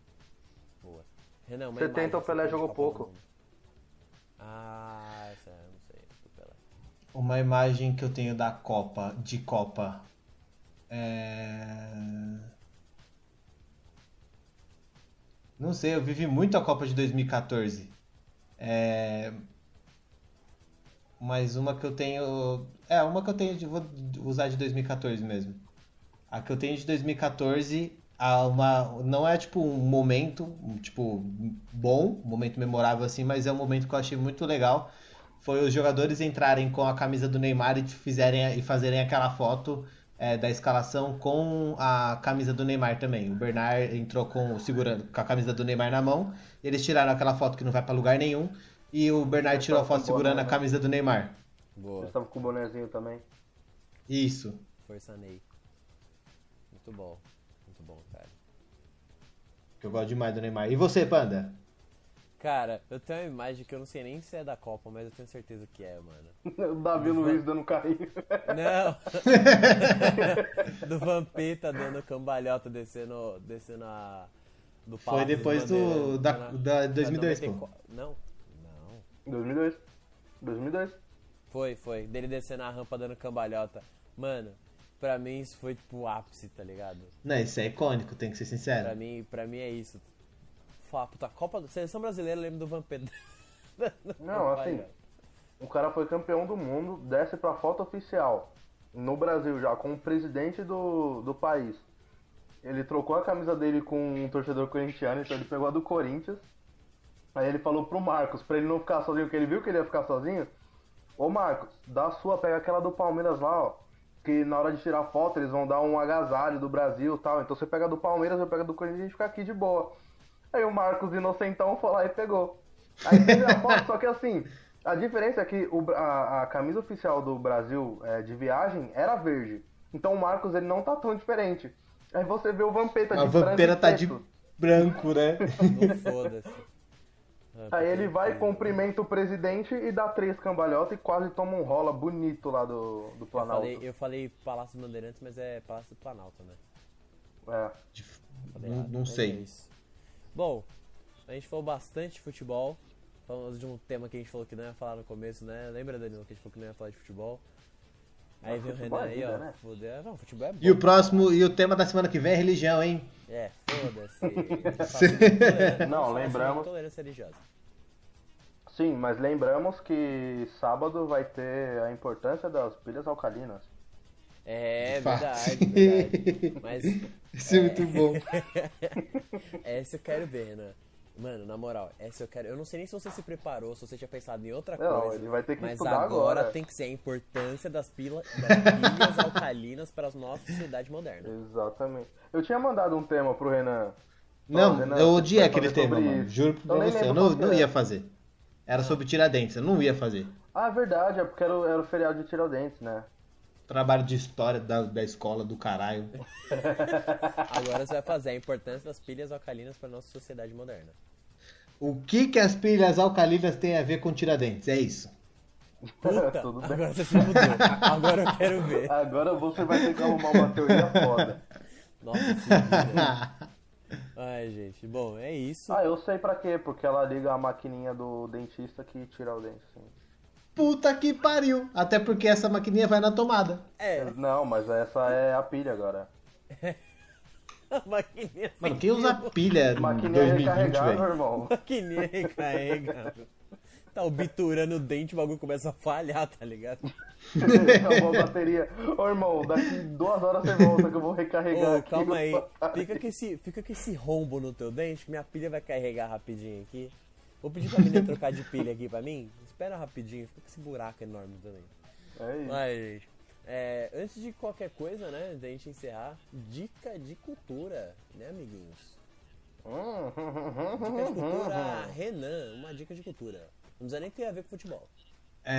Boa. Renan, uma
70
imagem,
o Pelé
você
jogou
de Copa do
pouco.
Mundo. Ah, essa eu não sei. do Pelé.
Uma imagem que eu tenho da Copa, de Copa. É... Não sei, eu vivi muito a Copa de 2014. É... Mas uma que eu tenho. É, uma que eu tenho. de- Vou usar de 2014 mesmo. A que eu tenho de 2014, a uma, não é tipo um momento, um, tipo, bom, um momento memorável assim, mas é um momento que eu achei muito legal. Foi os jogadores entrarem com a camisa do Neymar e fizerem, e fazerem aquela foto é, da escalação com a camisa do Neymar também. O Bernard entrou com, segurando, com a camisa do Neymar na mão, eles tiraram aquela foto que não vai pra lugar nenhum, e o Bernard tirou a foto segurando a camisa do né? Neymar.
Eles
Boa.
estavam com o bonezinho também.
Isso.
Força Ney. Muito bom. Muito bom, cara.
Que eu gosto demais do Neymar. E você, Panda?
Cara, eu tenho uma imagem que eu não sei nem se é da Copa, mas eu tenho certeza que é, mano.
o Davi Luiz dando um carrinho.
Não! do Vampeta dando cambalhota, descendo, descendo a. Do Palácio de
depois do-
Bandeira,
da-
na-
da-
na
2002, pô.
94. Não, não.
2002. 2002.
Foi, foi. Dele descendo a rampa dando cambalhota. Mano, pra mim isso foi tipo o ápice, tá ligado?
Não, isso é icônico, tem que ser sincero.
Pra mim, pra mim é isso. Fala, puta, Copa do... Seleção Brasileira, eu lembro do Vampeta.
Não, assim, o cara foi campeão do mundo, desce pra foto oficial no Brasil já, com o presidente do, do país. Ele trocou a camisa dele com um torcedor corintiano, então ele pegou a do Corinthians. Aí ele falou pro Marcos, pra ele não ficar sozinho, porque ele viu que ele ia ficar sozinho. Ô Marcos, dá a sua, pega aquela do Palmeiras lá, ó. Que na hora de tirar foto eles vão dar um agasalho do Brasil e tal. Então você pega a do Palmeiras, eu pego a do Corinthians e a gente fica aqui de boa. Aí o Marcos inocentão foi lá e pegou. Aí teve a foto, só que assim, a diferença é que o Bra- a, a camisa oficial do Brasil é, de viagem era verde. Então o Marcos ele não tá tão diferente. Aí você vê o Vampeta de
A
branco
vampira
e
tá de
preto.
branco, né?
Não foda-se. é
Aí ele vai, cumprimenta o presidente e dá três cambalhotas e quase toma um rola bonito lá do, do
Eu
Planalto.
falei, eu falei Palácio dos Bandeirantes, mas é Palácio do Planalto, né?
É.
Falei
Não-
errado,
não
mas
sei.
é isso. Bom, a gente falou bastante de futebol. Falamos de um tema que a gente falou que não ia falar no começo, né? Lembra, Danilo, que a gente falou que não ia falar de futebol? Aí
Mas
vem o
futebol
Renan
é
aí,
vida,
ó.
né?
Fudeu. Não, futebol é bom.
E o próximo, e o tema da semana que vem é religião, hein?
É, foda-se. Tá falando de intolerância,
Não,
falando de
lembramos-
Intolerância religiosa.
Sim, mas lembramos que sábado vai ter a importância das pilhas alcalinas.
É,
fato.
verdade, verdade. Mas
Isso é, muito bom.
Essa eu quero ver, né? Mano, na moral, essa eu quero. Eu não sei nem se você se preparou, se você tinha pensado em outra
Não,
coisa.
ele vai ter que
mas
estudar
agora,
agora.
tem que ser a importância das, pila, das pilhas alcalinas para a nossa sociedade moderna.
Exatamente. Eu tinha mandado um tema pro Renan.
Não,
Renan,
eu
você
odiei
vai
aquele
né? fazer
tema,
sobre
mano.
isso.
Juro pra
Eu nem
você, eu
lembro
não,
qual que
não
era.
ia fazer. Era sobre Tiradentes, eu não ia fazer.
Ah, é verdade, é porque era o, era o feriado de Tiradentes, né?
Trabalho de história da, da escola, do caralho.
Agora você vai fazer a importância das pilhas alcalinas para a nossa sociedade moderna.
O que que as pilhas alcalinas têm a ver com Tiradentes? É isso.
Puta,
Tudo bem.
Tá, agora você se mudou. Agora eu quero ver.
Agora você vai ter que arrumar uma teoria foda.
Nossa, que vida. Ai, gente. Bom, é isso.
Ah, eu sei pra quê, porque ela liga a maquininha do dentista que tira o dente, sim.
Puta que pariu! Até porque essa maquininha vai na tomada.
É,
Não, mas essa é a pilha agora.
a maquininha.
Mano, quem usa pilha em
Maquininha
2020,
recarregável,
velho?
irmão.
Maquininha recarrega. Tá obturando o dente, o bagulho começa a falhar, tá ligado?
Acabou a bateria. Ô, irmão, daqui duas horas você volta que eu vou recarregar
Ô,
aqui. É
calma aí. Fica com, esse, fica com esse rombo no teu dente, que minha pilha vai carregar rapidinho aqui. Vou pedir pra menina trocar de pilha aqui pra mim. Espera rapidinho, fica com esse buraco enorme também.
É isso.
Mas, É, antes de qualquer coisa, né, da gente encerrar, dica de cultura, né, amiguinhos?
Hum,
Dica de cultura, Renan, uma dica de cultura. Não precisa nem ter a ver com futebol.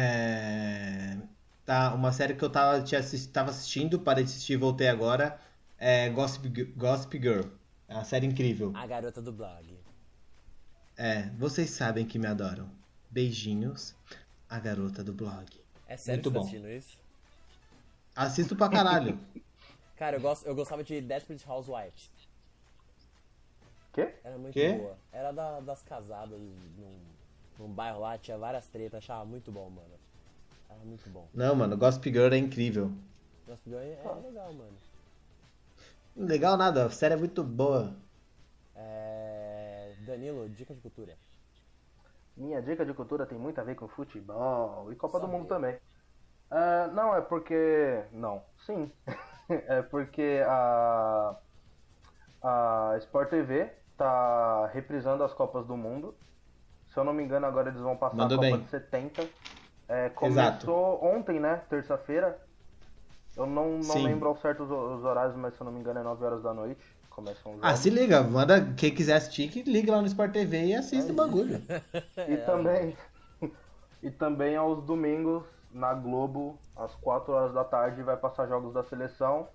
É, Tá, uma série que eu tava, te assis- tava assistindo, parei de assistir e voltei agora, é Gossip, Gi- Gossip Girl. É uma série incrível.
A garota do blog.
É, vocês sabem que me adoram. Beijinhos, a garota do blog.
É sério
Muito
que você tá
bom.
assistindo isso?
Assisto pra caralho.
Cara, eu, gosto, eu gostava de Desperate Housewives.
Quê?
Era muito
Quê?
boa. Era da- das casadas num, num um bairro lá, tinha várias tretas, achava muito bom, mano. Era muito bom.
Não, mano, Gossip Girl é incrível.
Nossa, é, é legal, mano.
Legal nada, a série é muito boa.
É, Danilo, dica de cultura.
Minha dica de cultura tem muito a ver com futebol e Copa do
Sabia.
Mundo também. Ah, não, é porque. Não, sim. é porque a. A Sport TV tá reprisando as Copas do Mundo. Se eu não me engano, agora eles vão passar
Mandou
a Copa
bem.
de 70. É, começou ontem, né? Terça-feira. Eu não, não
Sim.
lembro ao certo os, os horários, mas se eu não me engano é 9 horas da noite. Começam os
Ah, se liga, manda quem quiser assistir, que liga lá no Sport TV e assiste o bagulho.
É.
E também e também aos domingos na Globo, às 4 horas da tarde vai passar jogos da seleção.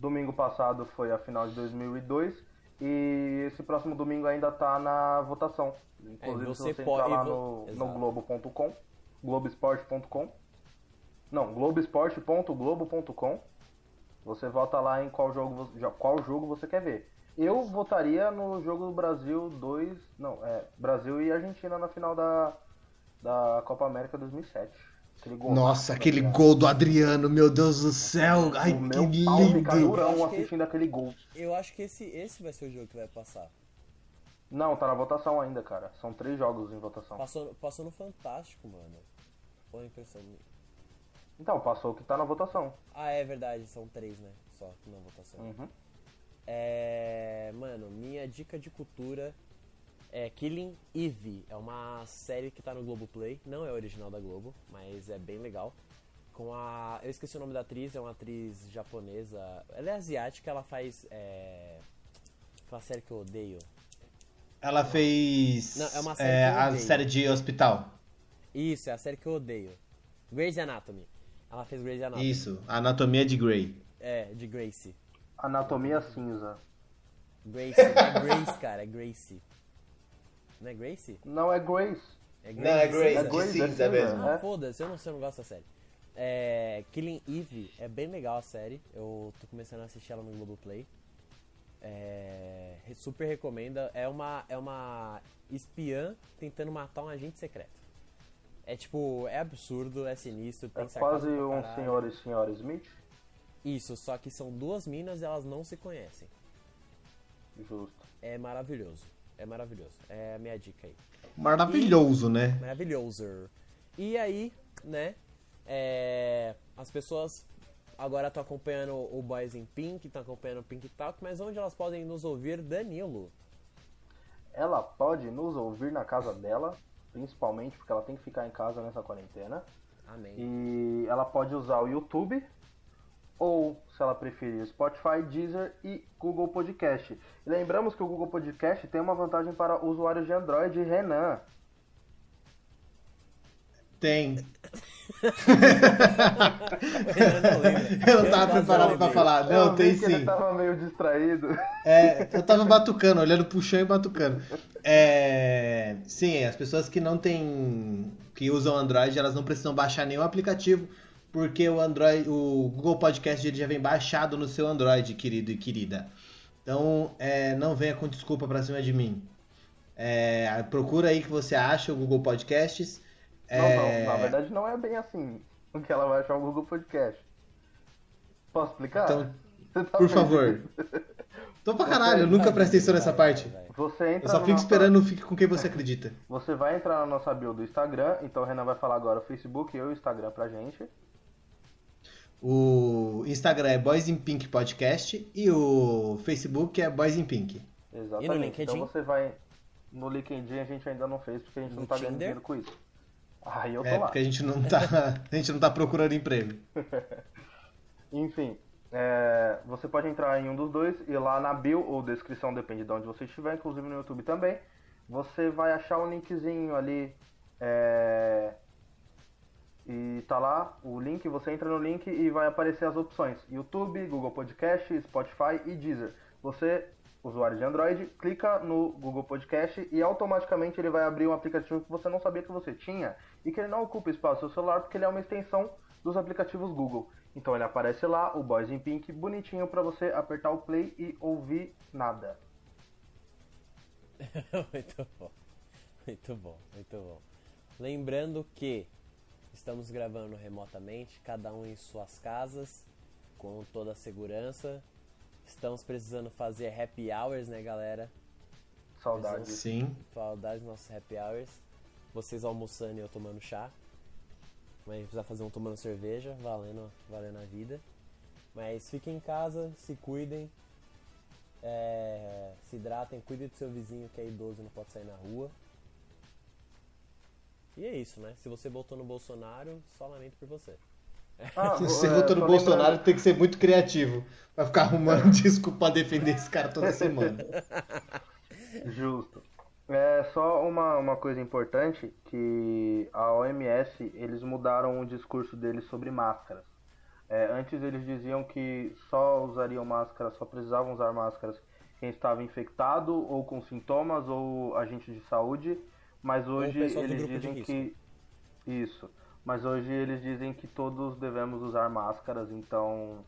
Domingo passado foi a final de 2002 e esse próximo domingo ainda tá na votação. Inclusive,
É, você
se você
pode-
entrar lá
e vo-
no, no
Exato.
globo.com, globesport.com. Não, globesport.globo.com. Você vota lá em qual jogo, vo- jo- qual jogo você quer ver. Eu votaria no jogo do Brasil 2. Não, é. Brasil e Argentina na final da, da Copa América 2007. Aquele gol.
Nossa, aquele gol do Adriano, meu Deus do céu. Ai,
tá O
que
meu pau fica
lindo.
durão
Acho que-
assistindo aquele gol.
Eu acho que esse, esse vai ser o jogo que vai passar.
Não, tá na votação ainda, cara. São três jogos em votação.
Passou, passou no Fantástico, mano. Boa impressão. minha.
Então, passou o que tá na votação.
Ah, é verdade, são três, né? Só que não votação.
Uhum.
É. Mano, minha dica de cultura é Killing Eve. É uma série que tá no Globoplay. Não é original da Globo, mas é bem legal. Com a. Eu esqueci o nome da atriz, é uma atriz japonesa. Ela é asiática, ela faz. É... Aquela série que eu odeio.
Ela fez
Não, é uma série
é,
que eu
a
odeio.
série de hospital.
Isso, é a série que eu odeio. Grey's Anatomy. Ela fez Grey's Anatomy.
Isso, a Anatomia de Grey.
É, de Grace.
Anatomia cinza.
Grace, não é Grace, cara, é Grace. Não é Grace?
Não é Grace.
É
É
cinza?
Grace, cinza cinza, mesmo.
Ah,
né?
foda-se, eu não sei, eu não gosto da série. É, Killing Eve é bem legal a série. Eu tô começando a assistir ela no Globoplay. É, re- super recomenda. É uma, é uma espiã tentando matar um agente secreto. É tipo, é absurdo, é sinistro, tem
É quase
sarcasmo pra
um
caralho.
senhor e senhora Smith.
Isso, só que são duas minas e elas não se conhecem.
Justo.
É maravilhoso. É maravilhoso. É a minha dica aí.
Maravilhoso, né?
Maravilhoso. E aí, né? é, as pessoas agora estão acompanhando o Boys in Pink, estão acompanhando o Pink Talk, mas onde elas podem nos ouvir, Danilo?
Ela pode nos ouvir na casa dela, principalmente porque ela tem que ficar em casa nessa quarentena.
Hum.
Amém.
E ela pode usar o YouTube ou, se ela preferir, Spotify, Deezer e Google Podcast. E lembramos que o Google Podcast tem uma vantagem para usuários de Android, Renan.
Tem.
Eu não lembro. Tá
Eu não tava
Tem razão,
preparado pra
amigo.
falar. Ah, Não,
eu
tem
vi que
sim.
ele tá tava meio distraído.
É, eu tava batucando, olhando pro chão e batucando. É, sim, as pessoas que não têm, que usam Android, elas não precisam baixar nenhum aplicativo, porque o Android, o Google Podcast ele já vem baixado no seu Android, querido e querida. Então, é, não venha com desculpa pra cima de mim. É, procura aí que você acha o Google Podcasts. É,
Não, não, na verdade não é bem assim o que ela vai achar o Google Podcast. Posso explicar?
Então,
Você
por
tá perdido.
favor. Tô pra caralho, eu nunca prestei atenção
Tá
nessa parte.
Você entra
Eu só
no
fico
nosso-
esperando, fique com quem você acredita.
Você vai entrar na nossa bio do Instagram, então o Renan vai falar agora o Facebook e o Instagram pra gente.
O Instagram é Boys in Pink Podcast e o Facebook é Boys in Pink.
Exatamente.
LinkedIn?
Então você vai no LinkedIn, a gente ainda não fez porque a gente
No
não tá ganhando
Tinder?
dinheiro com isso. Aí eu tô
É,
lá.
porque a gente não tá, a gente não tá procurando emprego.
Enfim, é, você pode entrar em um dos dois e lá na bio ou descrição, depende de onde você estiver, inclusive no YouTube também, você vai achar um linkzinho ali. é, e tá lá o link, você entra no link e vai aparecer as opções: YouTube, Google Podcast, Spotify e Deezer. Você, usuário de Android, clica no Google Podcast e automaticamente ele vai abrir um aplicativo que você não sabia que você tinha e que ele não ocupa espaço no seu celular porque ele é uma extensão dos aplicativos Google. Então ele aparece lá, o Boys in Pink, bonitinho pra você apertar o play e ouvir nada.
muito bom. Muito bom, muito bom. Lembrando que estamos gravando remotamente, cada um em suas casas, com toda a segurança. Estamos precisando fazer happy hours, né, galera?
Saudades.
Sim.
Saudades dos nossos happy hours. Vocês almoçando e eu tomando chá. Mas a gente precisa fazer um tomando cerveja, valendo, valendo a vida. Mas fiquem em casa, se cuidem, é, se hidratem, cuidem do seu vizinho que é idoso e não pode sair na rua. E é isso, né? Se você votou no Bolsonaro, só lamento por você.
Ah,
Se você
é,
votou
só
no
lembrando-
Bolsonaro, tem que ser muito criativo. Vai ficar arrumando desculpa pra defender esse cara toda semana.
Justo. É só uma, uma coisa importante que a OMS, eles mudaram o discurso deles sobre máscaras. É, antes eles diziam que só usariam máscara, só precisavam usar máscaras quem estava infectado ou com sintomas ou agente de saúde, mas hoje
pessoal do
eles
grupo de
dizem
risco.
que isso. Mas hoje eles dizem que todos devemos usar máscaras, então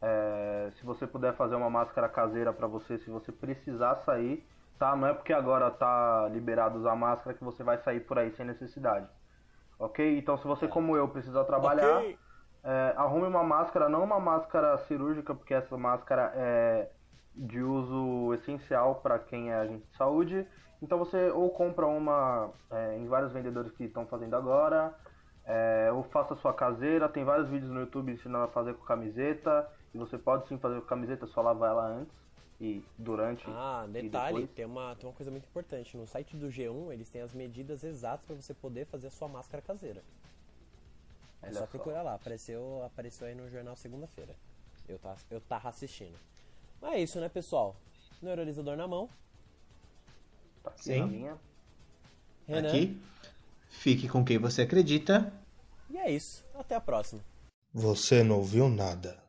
é, se você puder fazer uma máscara caseira pra você, se você precisar sair, tá? Não é porque agora tá liberado usar máscara que você vai sair por aí sem necessidade. Ok? Então se você, como eu, precisa trabalhar,
Ok?
é, arrume uma máscara, não uma máscara cirúrgica, porque essa máscara é de uso essencial para quem é agente de saúde. Então você ou compra uma é, em vários vendedores que estão fazendo agora, é, ou faça sua caseira. Tem vários vídeos no YouTube ensinando a fazer com camiseta. E você pode sim fazer com camiseta, só lavar ela antes e durante.
Ah,
e
detalhe,
depois.
tem uma, tem uma coisa muito importante. No site do G1, eles têm as medidas exatas para você poder fazer a sua máscara caseira. É
Olha
só
só.
procurar lá. Apareceu, apareceu aí no jornal segunda-feira. Eu tava, eu tava assistindo. Mas é isso, né, pessoal? Neuralizador na mão.
Tá aqui
Sim.
na minha.
Renan.
Aqui. Fique com quem você acredita.
E é isso. Até a próxima.
Você não viu nada.